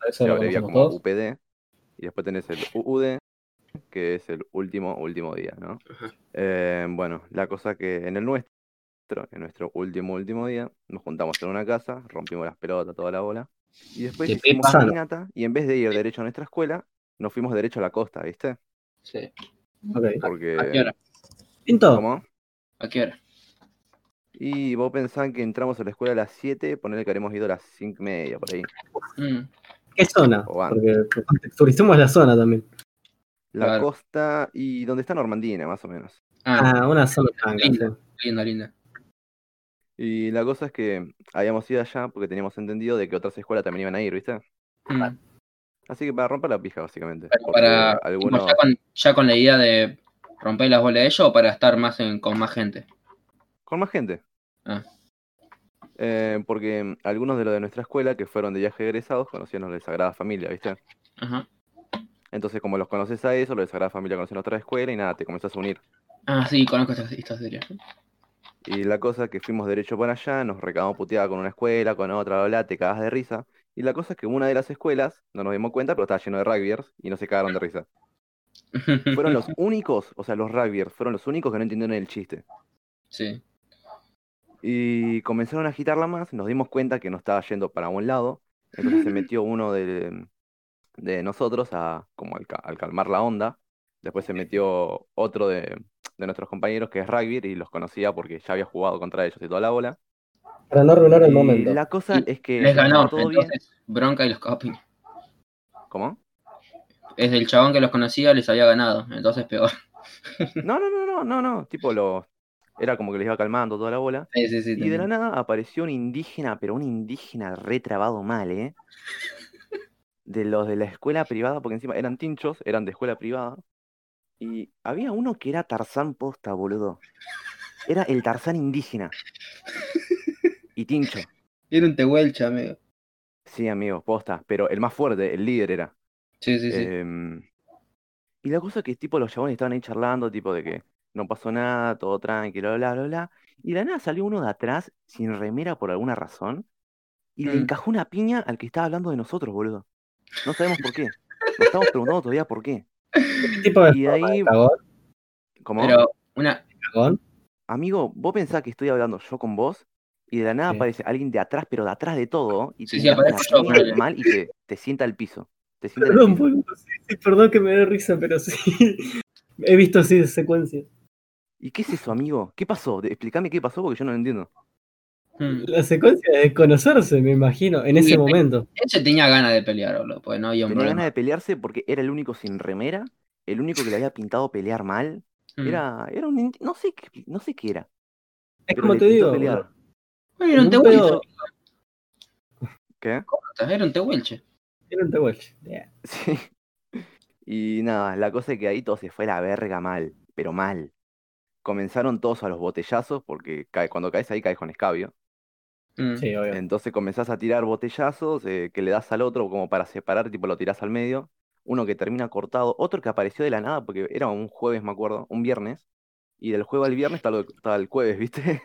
S3: Por Eso
S2: se
S3: lo
S2: abrevia
S3: conocemos
S2: como
S3: todos.
S2: UPD, y después tenés el UUD, que es el último, último día, ¿no?
S1: Ajá.
S2: Eh, bueno, la cosa que en el nuestro, en nuestro último, último día, nos juntamos en una casa, rompimos las pelotas, toda la bola, y después
S1: Te
S2: hicimos
S3: pepan.
S2: caminata, y en vez de ir derecho a nuestra escuela, nos fuimos derecho a la costa, ¿viste?
S1: Sí.
S3: Ok.
S1: ¿A qué
S2: Porque...
S1: hora?
S3: Pinto,
S2: ¿Cómo?
S1: ¿A qué hora?
S2: Y vos pensás que entramos a la escuela a las 7, ponerle que haremos ido a las 5 y media, por ahí.
S1: Mm.
S3: ¿qué zona?
S2: O antes.
S3: Porque contexturicemos la zona también.
S2: La
S1: Claro.
S2: costa y donde está Normandina, más o menos.
S1: Ah,
S3: Ah, una zona franca.
S1: Linda.
S3: sí.
S1: linda, linda.
S2: Y la cosa es que habíamos ido allá porque teníamos entendido de que otras escuelas también iban a ir, ¿viste?
S1: Mm.
S2: Así que para romper la pija, básicamente.
S1: Pero
S2: Porque
S1: para tipo,
S2: algunos...
S1: ya, con, ya con la idea de romper las bolas de ellos o para estar más en- con más gente.
S2: Con más gente.
S1: Ah.
S2: Eh, porque algunos de los de nuestra escuela que fueron de viaje egresados conocían los de Sagrada Familia, ¿viste?
S1: Ajá.
S2: Entonces, como los conoces a eso, los de Sagrada Familia conocen a otra escuela y nada, te comenzás a unir.
S1: Ah, sí, conozco estas, estas series.
S2: Y la cosa es que fuimos derecho para allá, nos recagamos puteada con una escuela, con otra, bla, bla, te cagas de risa. Y la cosa es que una de las escuelas, no nos dimos cuenta, pero estaba lleno de rugbyers y no se cagaron de risa. Fueron los únicos, o sea, los rugbyers, fueron los únicos que no entendieron el chiste.
S1: Sí.
S2: Y comenzaron a agitarla más, nos dimos cuenta que nos estaba yendo para un lado, entonces se metió uno de, de nosotros a, como al, ca- al calmar la onda, después se metió otro de, de nuestros compañeros que es rugby y los conocía porque ya había jugado contra ellos y toda la bola.
S3: Para no arruinar el
S2: Y
S3: momento.
S2: la cosa
S1: Y
S2: es que
S1: Les ganó,
S2: estaba todo bien.
S1: entonces bronca y los copy.
S2: ¿Cómo?
S1: Es el chabón que los conocía, les había ganado, entonces peor.
S2: No, no, no, no, no, no. Tipo los. Era como que les iba calmando toda la bola.
S1: Sí, sí, sí,
S2: Y de la
S1: también.
S2: nada apareció un indígena, pero un indígena retrabado mal, ¿eh? De los de la escuela privada, porque encima eran tinchos, eran de escuela privada. Y había uno que era Tarzán posta, boludo. Era el Tarzán indígena. Y tincho.
S1: Era un tehuelcha, amigo.
S2: Sí, amigos, posta. Pero el más fuerte, el líder era.
S1: Sí, sí, sí.
S2: Em, y la cosa es que tipo los chabones estaban ahí charlando, tipo de que no pasó nada, todo tranquilo, bla, bla, bla. Y de la nada salió uno de atrás, sin remera por alguna razón, y le
S1: Mm.
S2: encajó una piña al que estaba hablando de nosotros, boludo. No sabemos por qué. Nos estamos preguntando todavía por qué.
S3: ¿Qué tipo de
S2: y de
S3: forma de
S2: ahí-
S3: cagón?
S2: Como,
S1: Pero una.
S3: cagón?
S2: amigo, vos pensás que estoy hablando yo con vos, y de la nada
S3: Sí.
S2: aparece alguien de atrás, pero de atrás de todo, y
S1: Sí,
S2: te
S1: sí,
S2: encaja
S1: aparezco yo,
S2: una piña
S1: ponele.
S2: mal y te, te sienta al piso. Te sienta en el
S3: Perdón,
S2: piso.
S3: boludo, sí, sí, perdón que me dé risa, pero sí. He visto así de secuencia.
S2: ¿Y qué es eso, amigo? ¿Qué pasó? De- Explícame qué pasó porque yo no lo entiendo.
S1: Mm.
S3: La secuencia de conocerse, me imagino, en ese
S1: Sí,
S3: momento.
S1: Ese tenía ganas de pelear, boludo, porque no había un
S2: Tenía ganas
S1: problema.
S2: de pelearse porque era el único sin remera, el único que le había pintado pelear mal.
S1: Mm.
S2: Era, era un. indi- No sé, qué- no sé qué era.
S3: Es
S2: pero
S3: como
S2: le
S3: te
S2: pintó
S3: digo.
S2: pelear.
S3: boludo,
S1: Bueno, era un
S3: en un
S1: tehuelche.
S3: pedo-
S2: ¿Qué?
S1: Era un tehuelche.
S3: Era un tehuelche. Yeah.
S2: Sí. Y nada, la cosa es que ahí todo se fue a la verga mal, pero mal. Comenzaron todos a los botellazos porque cae, cuando caes ahí caes con escabio.
S1: Mm.
S3: Sí, obvio.
S2: Entonces comenzás a tirar botellazos eh, que le das al otro como para separar, tipo lo tirás al medio. Uno que termina cortado, otro que apareció de la nada porque era un jueves, me acuerdo, un viernes. Y del jueves al viernes estaba el jueves, ¿viste?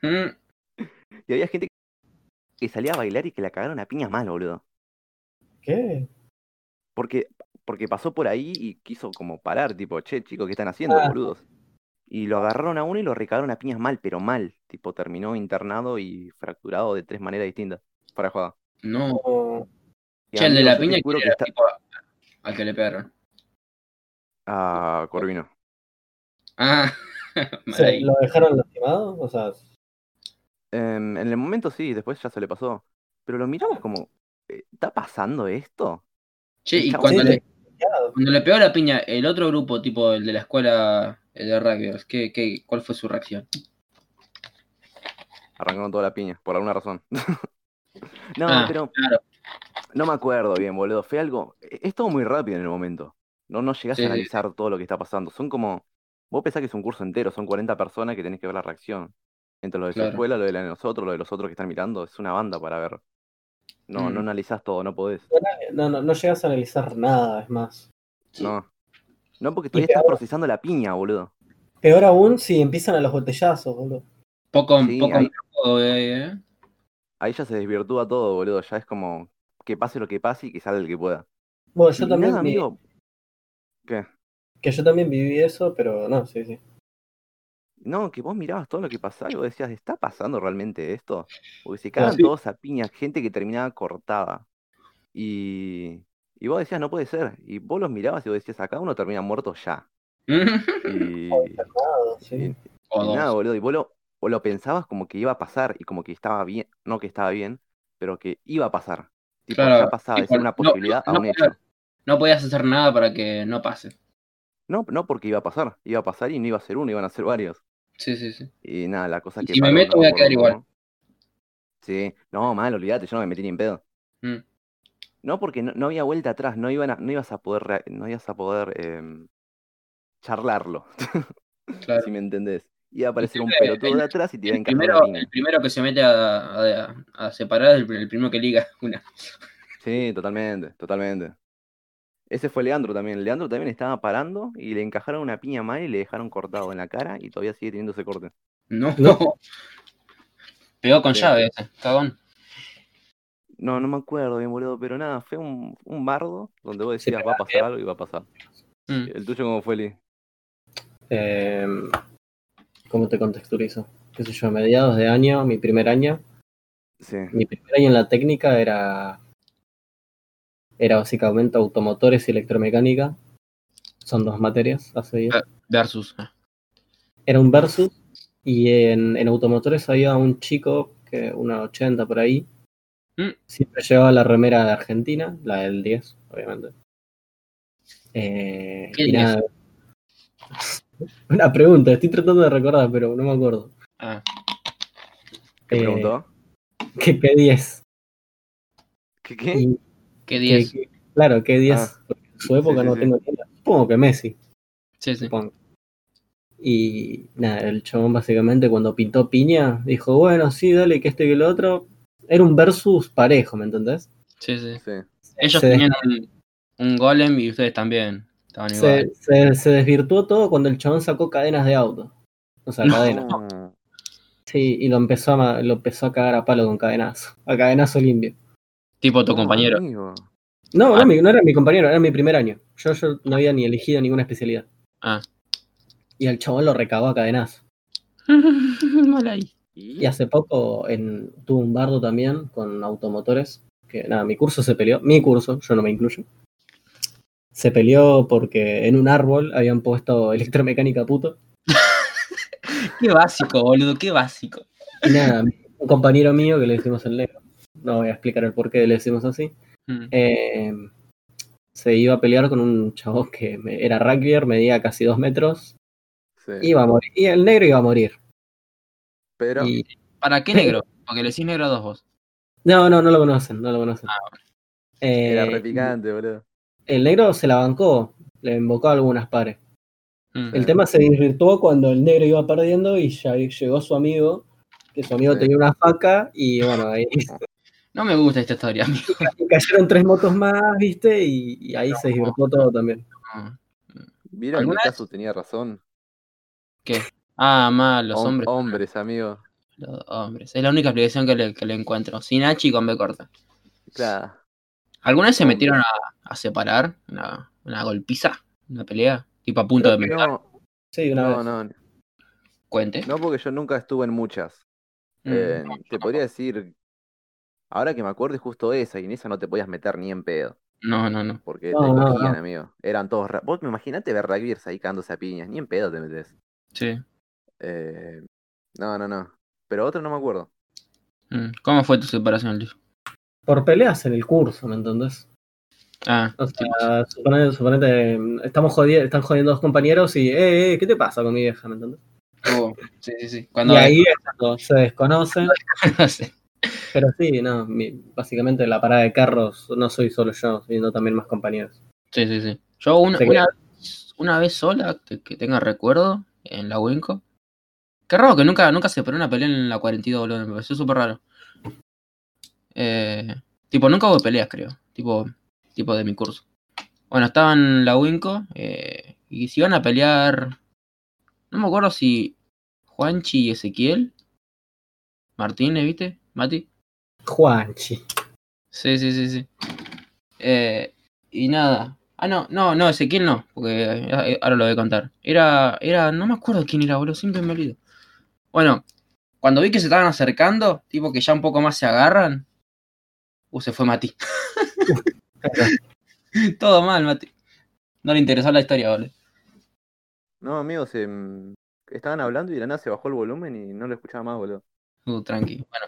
S1: Mm,
S2: Y había gente que salía a bailar y que la cagaron a piñas mal, boludo.
S3: ¿Qué?
S2: Porque, porque pasó por ahí y quiso como parar, tipo, che, chicos, ¿qué están haciendo,
S3: Ah.
S2: boludos? Y lo agarraron a uno y lo recagaron a piñas mal, pero mal. Tipo, terminó internado y fracturado de tres maneras distintas. Para jugar.
S1: no.
S3: Oh,
S2: Y
S1: Che, el de la
S2: amigo, yo te
S1: piña que
S2: juro que
S1: era
S2: está-
S1: tipo al que le pegaron.
S2: Ah, Corvino.
S1: Ah,
S3: o
S1: mal
S3: sea,
S1: ahí.
S3: ¿Lo dejaron lastimado? O sea,
S2: Em, en el momento sí, después ya se le pasó. Pero lo miramos como, eh, ¿está pasando esto?
S1: Che, y
S2: Chabón,
S1: cuando
S3: sí,
S1: le,
S3: desquiciado.
S1: cuando le pegó la piña, el otro grupo, tipo el de la escuela el de rugby, ¿qué, qué, cuál fue su reacción?
S2: Arrancaron toda la piña, por alguna razón. no,
S1: Ah,
S2: pero
S1: claro.
S2: no me acuerdo bien, boludo. Fue algo. e- Es todo muy rápido en el momento. No, no llegás
S1: Sí, sí, sí.
S2: a analizar todo lo que está pasando. Son como. Vos pensás que es un curso entero, son 40 personas que tenés que ver la reacción. Entre lo de su
S1: Claro.
S2: escuela, lo de la de nosotros, lo de los otros que están mirando, es una banda para ver. No,
S1: Mm.
S2: no analizás todo, no podés.
S3: No, no, no llegas a analizar nada, es más.
S1: Sí.
S2: No. No, porque
S3: Y
S2: todavía estás
S3: peor-
S2: procesando la piña, boludo.
S3: Peor aún si empiezan a los botellazos, boludo.
S1: Poco,
S2: Sí,
S1: poco
S2: ahí-
S1: poco, eh, eh.
S2: Ahí ya se desvirtúa todo, boludo. Ya es como que pase lo que pase y que salga el que pueda.
S3: Bueno, yo
S2: Y
S3: también,
S2: nada,
S3: vi-
S2: amigo. ¿Qué?
S3: que yo también viví eso, pero no, sí, sí.
S2: No, que vos mirabas todo lo que pasaba y vos decías, ¿está pasando realmente esto? Porque se cagan
S3: sí.
S2: todos a piñas, gente que terminaba cortada. Y, y vos decías, no puede ser. Y vos los mirabas y vos decías, acá uno termina muerto ya. Y,
S3: Nada, sí.
S2: y-
S1: Mm. O
S2: y
S1: dos.
S2: nada, boludo. Y vos lo, o lo pensabas como que iba a pasar y como que estaba bien, no que estaba bien, pero que iba a pasar. Tipo,
S1: Claro,
S2: ya pasaba de
S1: tipo,
S2: ser una
S1: no-
S2: posibilidad
S1: no
S2: a un
S1: podía-
S2: hecho.
S1: No podías hacer nada para que no pase.
S2: No, no porque iba a pasar. Iba a pasar y no iba a ser uno, iban a ser varios.
S1: Sí, sí, sí.
S2: Y nada, la cosa
S1: Y
S2: que
S1: si me
S2: paró,
S1: meto,
S2: no
S1: voy a
S2: acuerdo
S1: quedar igual.
S2: cómo. Sí, no, mal, olvídate, yo no me metí ni en pedo.
S1: Mm.
S2: No, porque no, no había vuelta atrás, no, iban a- no ibas a poder, rea- no ibas a poder em, charlarlo,
S1: Claro.
S2: si me entendés. Iba a aparecer un
S1: Inclusive,
S2: pelotudo de atrás y te iba a
S1: El
S2: encajar una
S1: primero,
S2: piña.
S1: el primero que se mete a, a- a separar es el, el primero que liga una.
S2: Sí, totalmente, totalmente. Ese fue Leandro también. Leandro también estaba parando y le encajaron una piña mal y le dejaron cortado en la cara y todavía sigue teniendo ese corte.
S1: No.
S3: No.
S1: Pegó con
S2: Sí.
S1: llave ese, cagón.
S2: No, no me acuerdo bien, boludo, pero nada, fue un, un bardo donde vos
S3: Se
S2: decías va a pasar algo y va a pasar.
S1: Mm.
S2: ¿El tuyo cómo fue, Lee?
S3: Eh, ¿Cómo te contexturizo? Qué sé yo, a mediados de año, mi primer año.
S2: Sí.
S3: Mi primer año en la técnica era. Era básicamente automotores y electromecánica. Son dos materias, hace días.
S1: Versus. Ah,
S3: Era un versus. Y en, en automotores había un chico, que una 80 por ahí.
S1: Mm.
S3: Siempre llevaba la remera de Argentina, la del 10, obviamente. Eh,
S1: ¿Qué
S3: y
S1: 10?
S3: nada. Una pregunta, estoy tratando de recordar, pero no me acuerdo.
S1: Ah,
S2: ¿Qué
S3: Eh,
S2: preguntó?
S3: ¿Qué, qué 10?
S2: ¿Qué qué?
S3: Y-
S1: qué 10.
S3: que- que- claro, que 10.
S2: Ah.
S3: porque en su época
S2: Sí, sí,
S3: no
S2: sí.
S3: tengo idea. Supongo que Messi,
S1: Sí, sí.
S3: supongo. Y nada, el chabón básicamente cuando pintó piña, dijo, bueno, sí, dale, que este que el otro. Era un versus parejo, ¿me entendés?
S1: sí, sí.
S2: Sí.
S1: Ellos
S3: Se-
S1: tenían un, un golem y ustedes también. Estaban igual.
S3: se, se- se desvirtuó todo cuando el chabón sacó cadenas de auto. O sea,
S1: No.
S3: cadenas.
S2: No.
S3: Sí, y lo empezó, a, ma- lo empezó a cagar a palo con cadenazo. A cadenazo limpio.
S1: Tipo tu
S2: No,
S1: compañero.
S2: amigo.
S3: No,
S1: Ah.
S3: no, mi- no era mi compañero, era mi primer año. Yo, yo no había ni elegido ninguna especialidad.
S1: Ah.
S3: Y al chabón lo recabó a cadenazo.
S1: Mal ahí.
S3: Y hace poco en, tuve un bardo también con automotores. Que nada, mi curso se peleó. Mi curso, yo no me incluyo. Se peleó porque en un árbol habían puesto electromecánica puto.
S1: Qué básico, boludo, qué básico.
S3: Y nada, un compañero mío que le decimos el negro, no voy a explicar el por qué le decimos así,
S1: Mm.
S3: eh, se iba a pelear con un chavo que me- era rugbyer, medía casi dos metros,
S2: Sí.
S3: iba a morir, y el negro iba a morir.
S2: Pero,
S3: Y-
S1: ¿Para qué negro? Porque le decís negro a dos vos.
S3: no, no, no lo conocen, no lo conocen. Eh,
S2: Era repicante, boludo.
S3: el negro se la bancó, le invocó algunas pares.
S1: Mm.
S3: El tema se desvirtuó cuando el negro iba perdiendo y ya llegó su amigo, que su amigo
S2: Sí.
S3: tenía una faca, y bueno, ahí
S1: No me gusta esta historia, amigo.
S3: cayeron tres motos más, ¿viste? Y, y ahí se desvirtuó todo también.
S2: ¿Vieron que
S1: ¿Alguna vez?
S2: Casu tenía razón?
S1: Ah, mal, los
S2: Hom-
S1: hombres.
S2: Hombres, amigo.
S1: Los hombres. Es la única explicación que le, que le encuentro. Sin H y con B corta.
S2: Claro.
S1: ¿Alguna vez se metieron a, a separar? Una, una golpiza, una pelea. Tipo a punto de meter.
S2: No,
S3: Sí, Ah, una
S2: no,
S3: vez.
S2: no,
S1: Cuente.
S2: no, porque yo nunca estuve en muchas. Eh,
S1: Mm,
S2: te podría decir, ahora que me acuerdo es justo esa, y en esa no te podías meter ni en pedo,
S1: Mm. No, no, no.
S2: porque te
S3: No, no,
S2: cogían,
S3: no.
S2: amigo. Eran todos... ra- Vos me imaginate ver rugbyers ahí cagándose a piñas, ni en pedo te metes.
S1: Sí.
S2: Eh, no, no, no. Pero otra no me acuerdo.
S1: Mm. ¿Cómo fue tu separación, Luis?
S3: Por peleas en el curso, ¿me entendés?
S1: Ah,
S3: O sea, suponete, suponete, mm, estamos jodiendo, están jodiendo dos compañeros y, eh, eh, ¿qué te pasa con mi vieja? ¿Me entendés?
S1: oh, sí, sí, sí. Cuando
S3: y ahí es cuando se desconocen.
S1: Sí.
S3: Pero sí, no, mi- básicamente la parada de carros no soy solo yo, sino también más compañeros.
S1: Sí, sí, sí. Yo una,
S3: Se
S1: una, vez- una vez sola, que, que tenga recuerdo, en la Winco. Qué raro que nunca, nunca se paró una pelea en la 42, boludo. Me pareció súper raro. Eh, tipo, nunca hubo peleas, creo. Tipo, tipo de mi curso. Bueno, estaba en la Winco eh, y se iban a pelear. No me acuerdo si Juanchi y Ezequiel. Martínez, ¿viste? Mati.
S3: Juanchi.
S1: Sí, sí, sí, sí. Eh, y nada. Ah, no, no, no, Ezequiel no, porque eh, ahora lo voy a contar. Era, era, no me acuerdo quién era, boludo, siempre me olvido. Bueno, cuando vi que se estaban acercando, tipo que ya un poco más se agarran, uh, se fue Mati. Todo mal, Mati. No le interesó la historia, boludo.
S2: No, amigo, se... mm, Estaban hablando y de la nada se bajó el volumen y no lo escuchaba más, boludo.
S1: Uh, tranqui. Bueno,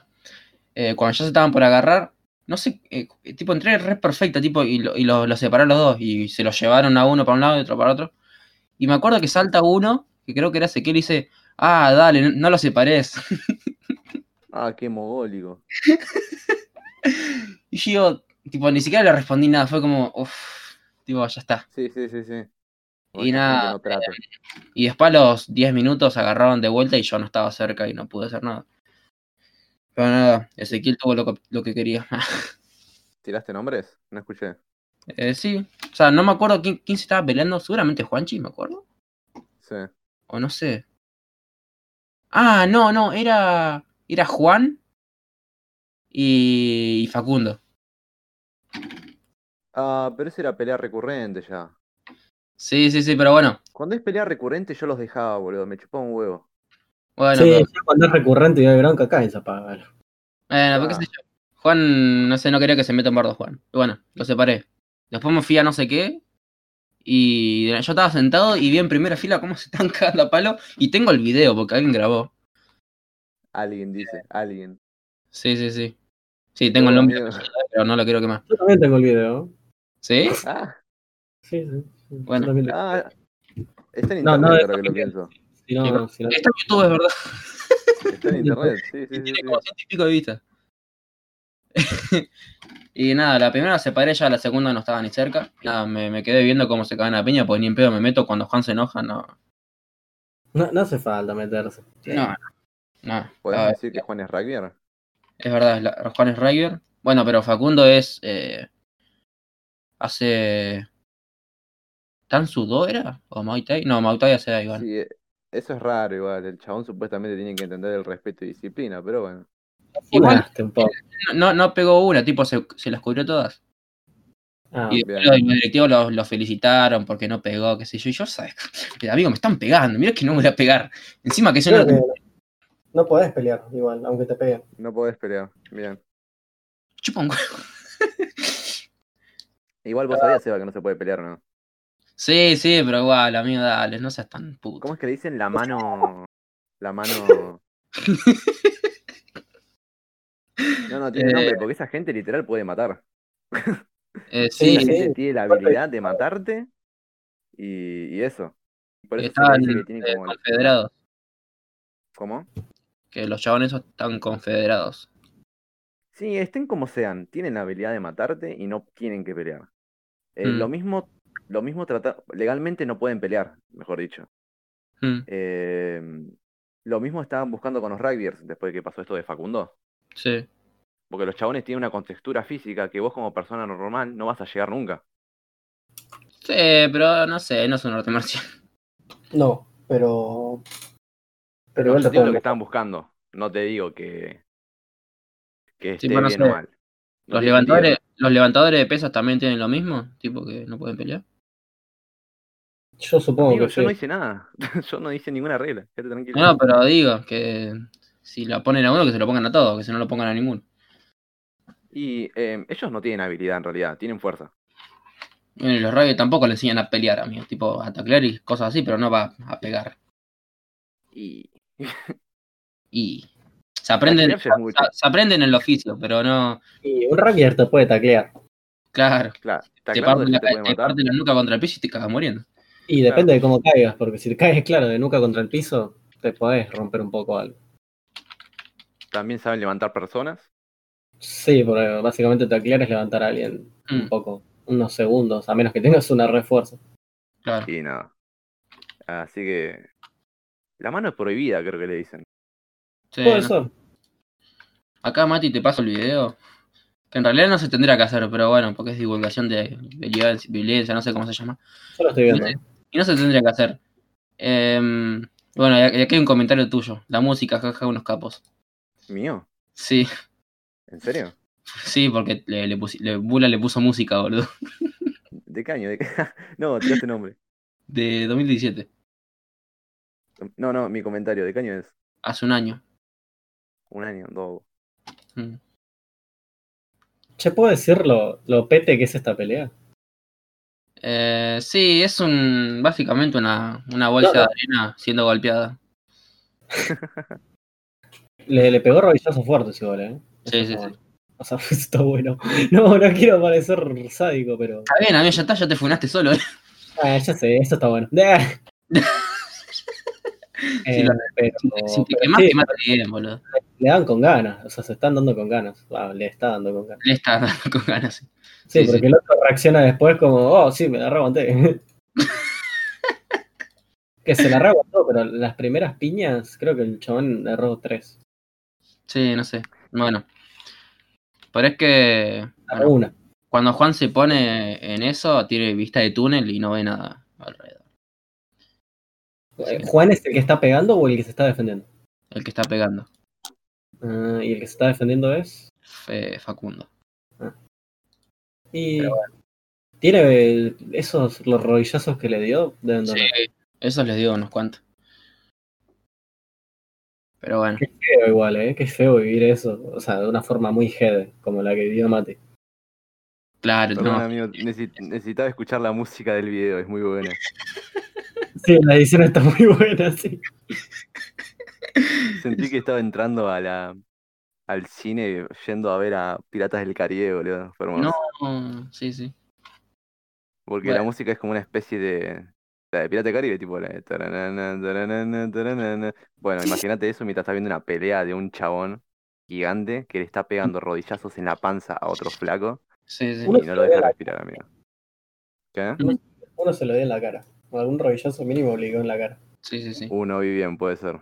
S1: eh, cuando ya se estaban por agarrar, no sé, eh, tipo, entré re perfecta, tipo, y, lo- y lo- los separaron los dos, y se los llevaron a uno para un lado y otro para otro. Y me acuerdo que salta uno, que creo que era Ezequiel, y dice, ah, dale, no, no los separes.
S2: Ah, qué mogólico.
S1: y yo, tipo, ni siquiera le respondí nada, fue como, uff, tipo, ya está.
S2: Sí, sí, sí, sí.
S1: Y
S2: Esa
S1: nada,
S2: gente no trata.
S1: Y después a los 10 minutos agarraron de vuelta y yo no estaba cerca y no pude hacer nada. Pero nada, Ezequiel tuvo lo que- lo que quería.
S2: ¿Tiraste nombres? No escuché.
S1: Eh, sí. O sea, no me acuerdo quién, quién se estaba peleando. Seguramente Juanchi, me acuerdo.
S2: Sí.
S1: O no sé. Ah, no, no. Era. Era Juan. Y, y Facundo.
S2: Ah, pero esa era pelea recurrente ya.
S1: Sí, sí, sí, pero bueno.
S2: Cuando es pelea recurrente yo los dejaba, boludo. Me chupaba un huevo.
S1: Bueno,
S3: sí,
S1: pero,
S3: ya cuando es recurrente y hay bronca, acá se apaga.
S1: bueno, pero qué sé yo. Juan, no sé, no quería que se meta en bardo Juan. Y bueno, lo separé. Después me fui a no sé qué. Y yo estaba sentado y vi en primera fila cómo se están cagando a palo. Y tengo el video porque alguien grabó.
S2: Alguien dice, alguien.
S1: Sí, sí, sí. Sí, tengo el
S2: No,
S1: nombre,
S2: amigo.
S1: pero no lo quiero quemar.
S3: Yo también tengo el video.
S1: ¿Sí?
S2: Ah,
S3: Sí, sí. sí, yo
S1: Bueno.
S3: también tengo.
S2: ah. Está en
S3: No,
S2: internet
S3: no,
S2: ahora que lo pienso.
S3: Si no, si no-
S1: Está en YouTube, es verdad.
S2: Está en internet, sí, sí, sí.
S1: Tiene
S2: sí.
S1: como ciento y pico de vistas. y nada, la primera la separé ya, la segunda no estaba ni cerca. Nada, me, me quedé viendo cómo se cagan a piña, pues ni en pedo me meto cuando Juan se enoja, no.
S3: no, no hace falta meterse.
S1: No, no.
S2: ¿Podemos
S1: Ah,
S2: decir que Juan es rugbyer?
S1: es verdad, es la- Juan es River. Bueno, pero Facundo es. eh, hace. ¿Tan sudó era? ¿O Muay Thai? No, Muay Thai hace Iván.
S2: Sí, eh, eso es raro igual. El chabón supuestamente tiene que entender el respeto y disciplina, pero bueno.
S1: Igual-
S3: Funaste un poco.
S1: No, no pegó una, tipo, se, se las cubrió todas.
S3: Ah,
S1: Y después los, los directivos los, los felicitaron porque no pegó, qué sé yo. Y yo, ¿sabes? Amigo, me están pegando. Mira que no me voy a pegar. Encima que yo
S3: creo
S1: no.
S3: que no podés pelear igual, aunque te peguen.
S2: No podés pelear. Bien.
S1: Chupa un huevo.
S2: Igual
S1: Ah.
S2: vos sabías, Seba, que no se puede pelear, ¿no?
S1: Sí, sí, pero igual, amigo, dale, no seas tan puto.
S2: ¿Cómo es que le dicen la mano? La mano. No, no, tiene
S1: Eh.
S2: nombre, porque esa gente literal puede matar.
S1: Eh,
S2: La
S1: sí,
S3: Sí,
S2: gente tiene la
S3: Perfecto.
S2: habilidad de matarte y, y eso. Por eso se le
S1: estaban
S2: dice que tiene
S1: eh,
S2: como.
S1: confederados.
S2: ¿Cómo?
S1: Que los chabones esos están confederados.
S2: Sí, estén como sean, tienen la habilidad de matarte y no tienen que pelear. Eh,
S1: Mm.
S2: Lo mismo, lo mismo tratar, legalmente no pueden pelear, mejor dicho.
S1: Mm,
S2: Eh, lo mismo estaban buscando con los rugbyers después de que pasó esto de Facundo.
S1: sí,
S2: Porque los chabones tienen una contextura física que vos como persona normal no vas a llegar nunca.
S1: sí, pero no sé, no es un arte marcial.
S3: No, pero. Pero
S2: No,
S3: igual
S2: yo
S3: te
S2: te digo lo
S3: pueden
S2: que estaban buscando. No te digo que, que
S1: Sí,
S2: esté
S1: pero no
S2: bien
S1: sé.
S2: o mal. No
S1: ¿Los
S2: tiene
S1: levantadores,
S2: sentido.
S1: ¿Los levantadores de pesas también tienen lo mismo? ¿Tipo que no pueden pelear?
S3: Yo supongo
S2: Digo,
S3: que
S2: yo
S3: sí.
S2: no hice nada. yo no hice ninguna regla. Quédate tranquilo.
S1: No, pero digo, que si lo ponen a uno, que se lo pongan a todos, que si no lo pongan a ninguno.
S2: Y eh, ellos no tienen habilidad en realidad, tienen fuerza.
S1: Bueno, y los rayos tampoco le enseñan a pelear, amigo. Tipo, a taclear y cosas así, pero no va a pegar.
S2: Y
S1: Y se aprenden,
S2: Taclear ya es mucho.
S1: se- se aprenden en el oficio, pero no.
S3: Y un Rapier te puede taclear.
S1: Claro,
S2: claro, está
S1: te
S2: claro que
S1: parten,
S2: te
S1: la,
S2: pueden
S1: te
S2: matar.
S1: parten la nuca contra el piso y te cagas muriendo.
S3: Y
S2: Claro.
S3: depende de cómo caigas, porque si caes, claro, de nuca contra el piso, te podés romper un poco algo.
S2: También saben levantar personas.
S3: Sí, porque básicamente taclear es levantar a alguien
S1: Mm,
S3: un poco, unos segundos, a menos que tengas una refuerzo.
S1: claro.
S2: Y nada. Así que. La mano es prohibida, creo que le dicen.
S1: Sí,
S3: Puede
S1: no.
S3: ser.
S1: Acá, Mati, te paso el video. Que en realidad no se tendría que hacer, pero bueno, porque es divulgación de violencia, violencia no sé cómo se llama.
S3: Yo lo estoy
S1: No
S3: viendo.
S1: sé. Y no se tendría que hacer. Em, bueno, y ac- y aquí hay un comentario tuyo. La música, jaja, unos capos.
S2: ¿Mío?
S1: Sí,
S2: ¿En serio?
S1: sí, porque le, le pusi- le- Bula le puso música, boludo.
S2: ¿De qué año? ¿De qué- no, tiraste nombre.
S1: De 2017,
S2: No, no, mi comentario. ¿De qué año es?
S1: hace un año.
S2: Un año, dos.
S1: Mm.
S3: Che, ¿puedo decir lo, lo pete que es esta pelea?
S1: Eh, sí, es un básicamente una, una bolsa
S3: Claro.
S1: de arena siendo golpeada.
S3: Le, le pegó robillazo fuerte, si vale. ¿eh?
S1: Sí,
S3: Eso
S1: sí,
S3: está bueno. O sea, está bueno. No, no quiero parecer sádico, pero.
S1: Está bien, amigo, ya está, ya te funaste solo. eh.
S3: Ah, ya sé, esto está bueno. Eh,
S1: lo-
S3: pero-
S1: si te
S3: pero
S1: quemás,
S3: sí,
S1: quemate bien, boludo.
S3: le dan con ganas, o sea, se están dando con ganas. Ah, le está dando con ganas.
S1: Le estás dando con ganas. sí.
S3: Sí,
S1: Sí,
S3: porque
S1: sí.
S3: el otro reacciona después como, oh, sí, me la remonté. que se la remontó, pero las primeras piñas, creo que el chabón erró tres.
S1: Sí, no sé. Bueno. Pero es que.
S3: Erró
S1: bueno,
S3: una.
S1: cuando Juan se pone en eso, tiene vista de túnel y no ve nada alrededor.
S3: Eh, ¿Juan es el que está pegando o el que se está defendiendo?
S1: El que está pegando,
S3: Ah, y el que se está defendiendo es.
S1: Fe- Facundo.
S3: Y. Tiene el- esos los rodillazos que le dio. Deben doler.
S1: Sí, esos les digo unos cuantos. Pero bueno,
S3: Qué feo igual, ¿eh? Qué feo vivir eso. O sea, de una forma muy heavy, como la que dio Mati.
S1: claro,
S2: Perdón,
S1: no,
S2: amigo, necesi- necesitaba escuchar la música del video, es muy buena.
S3: Sí, la edición está muy buena, sí.
S2: Sentí que estaba entrando a la, al cine yendo a ver a Piratas del Caribe, boludo. Fue hermoso.
S1: no, Ah, sí, sí.
S2: Porque la
S1: bueno.
S2: música es como una especie de. La de Pirata del Caribe, tipo la de. taranana, taranana, taranana. Bueno, imagínate eso mientras estás viendo una pelea de un chabón gigante que le está pegando rodillazos en la panza a otro flaco
S1: Sí, sí.
S3: Uno
S2: y
S3: se
S2: no lo
S3: lo ve en
S2: deja
S3: la-
S2: respirar, amigo. ¿Qué?
S3: uno se lo dio en la cara. O algún rodillazo mínimo obligó en la cara.
S1: sí, sí, sí.
S2: Uno vi bien, puede ser.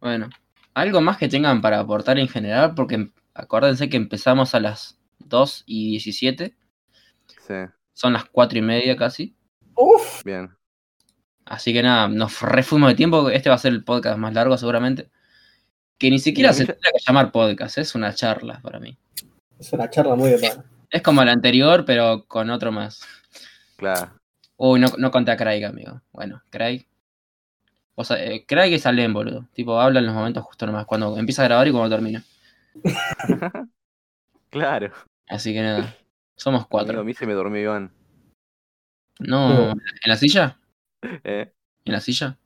S1: Bueno, algo más que tengan para aportar en general, porque em- acuérdense que empezamos a las 2 y 17,
S2: Sí,
S1: son las 4 y media casi.
S3: Uf,
S2: bien.
S1: Así que nada, nos refuimos de tiempo. Este va a ser el podcast más largo seguramente. Que ni siquiera
S2: Mira,
S1: se
S2: yo-
S1: tendría que llamar podcast, es una charla para mí.
S3: es una charla muy de pana.
S1: Es como la anterior, pero con otro más.
S2: Claro.
S1: Uy, no, no conté a Craig, amigo. Bueno, Craig. O sea, eh, Craig es Alem, boludo. Tipo, habla en los momentos justo nomás, cuando empieza a grabar y cuando termina.
S2: Claro.
S1: Así que nada, somos
S2: Amigo, a
S1: cuatro.
S2: mí se me dormió Iván.
S1: No, ¿en la silla?
S2: ¿Eh?
S1: ¿En la silla?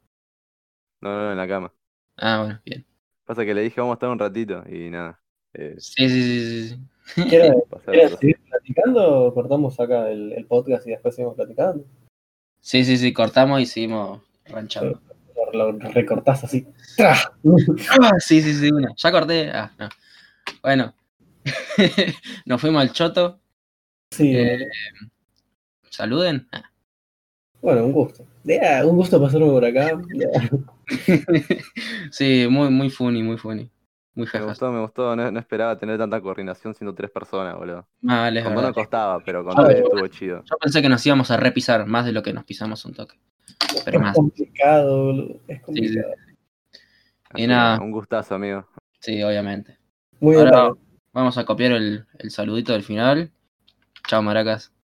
S2: No, no, en la cama.
S1: Ah, bueno, bien.
S2: Pasa que le dije vamos a estar un ratito y nada. Eh,
S1: Sí, sí, sí, sí, sí.
S3: ¿Quieres,
S2: pasaron
S3: quieres
S2: cosas.
S3: seguir platicando o cortamos acá el, el podcast y después seguimos platicando?
S1: Sí, sí, sí, cortamos y seguimos ranchando.
S3: Lo, lo recortás así.
S1: Ah, sí, sí, sí, una. Ya corté. Ah, no. Bueno. Nos fuimos al choto.
S3: Sí,
S1: Eh, Saluden. Ah.
S3: bueno, un gusto. Ya, un gusto pasarme por acá. Ya.
S1: sí, muy, muy funny, muy funny. Muy
S2: Me
S1: jajas.
S2: gustó, me gustó. No, no esperaba tener tanta coordinación siendo tres personas, boludo.
S1: Ah, vale, es
S2: Con dos
S1: verdad.
S2: no costaba, pero con
S3: Ah,
S2: tres
S3: bueno.
S2: estuvo chido.
S1: Yo pensé que nos íbamos a repisar más de lo que nos pisamos un toque. Pero
S3: Es
S1: más.
S3: complicado, boludo, es complicado.
S2: Así que
S1: nada.
S2: Un gustazo, amigo.
S1: Sí, obviamente.
S3: Muy
S1: Ahora
S3: bien.
S1: vamos a copiar el, el saludito del final. Chao, maracas.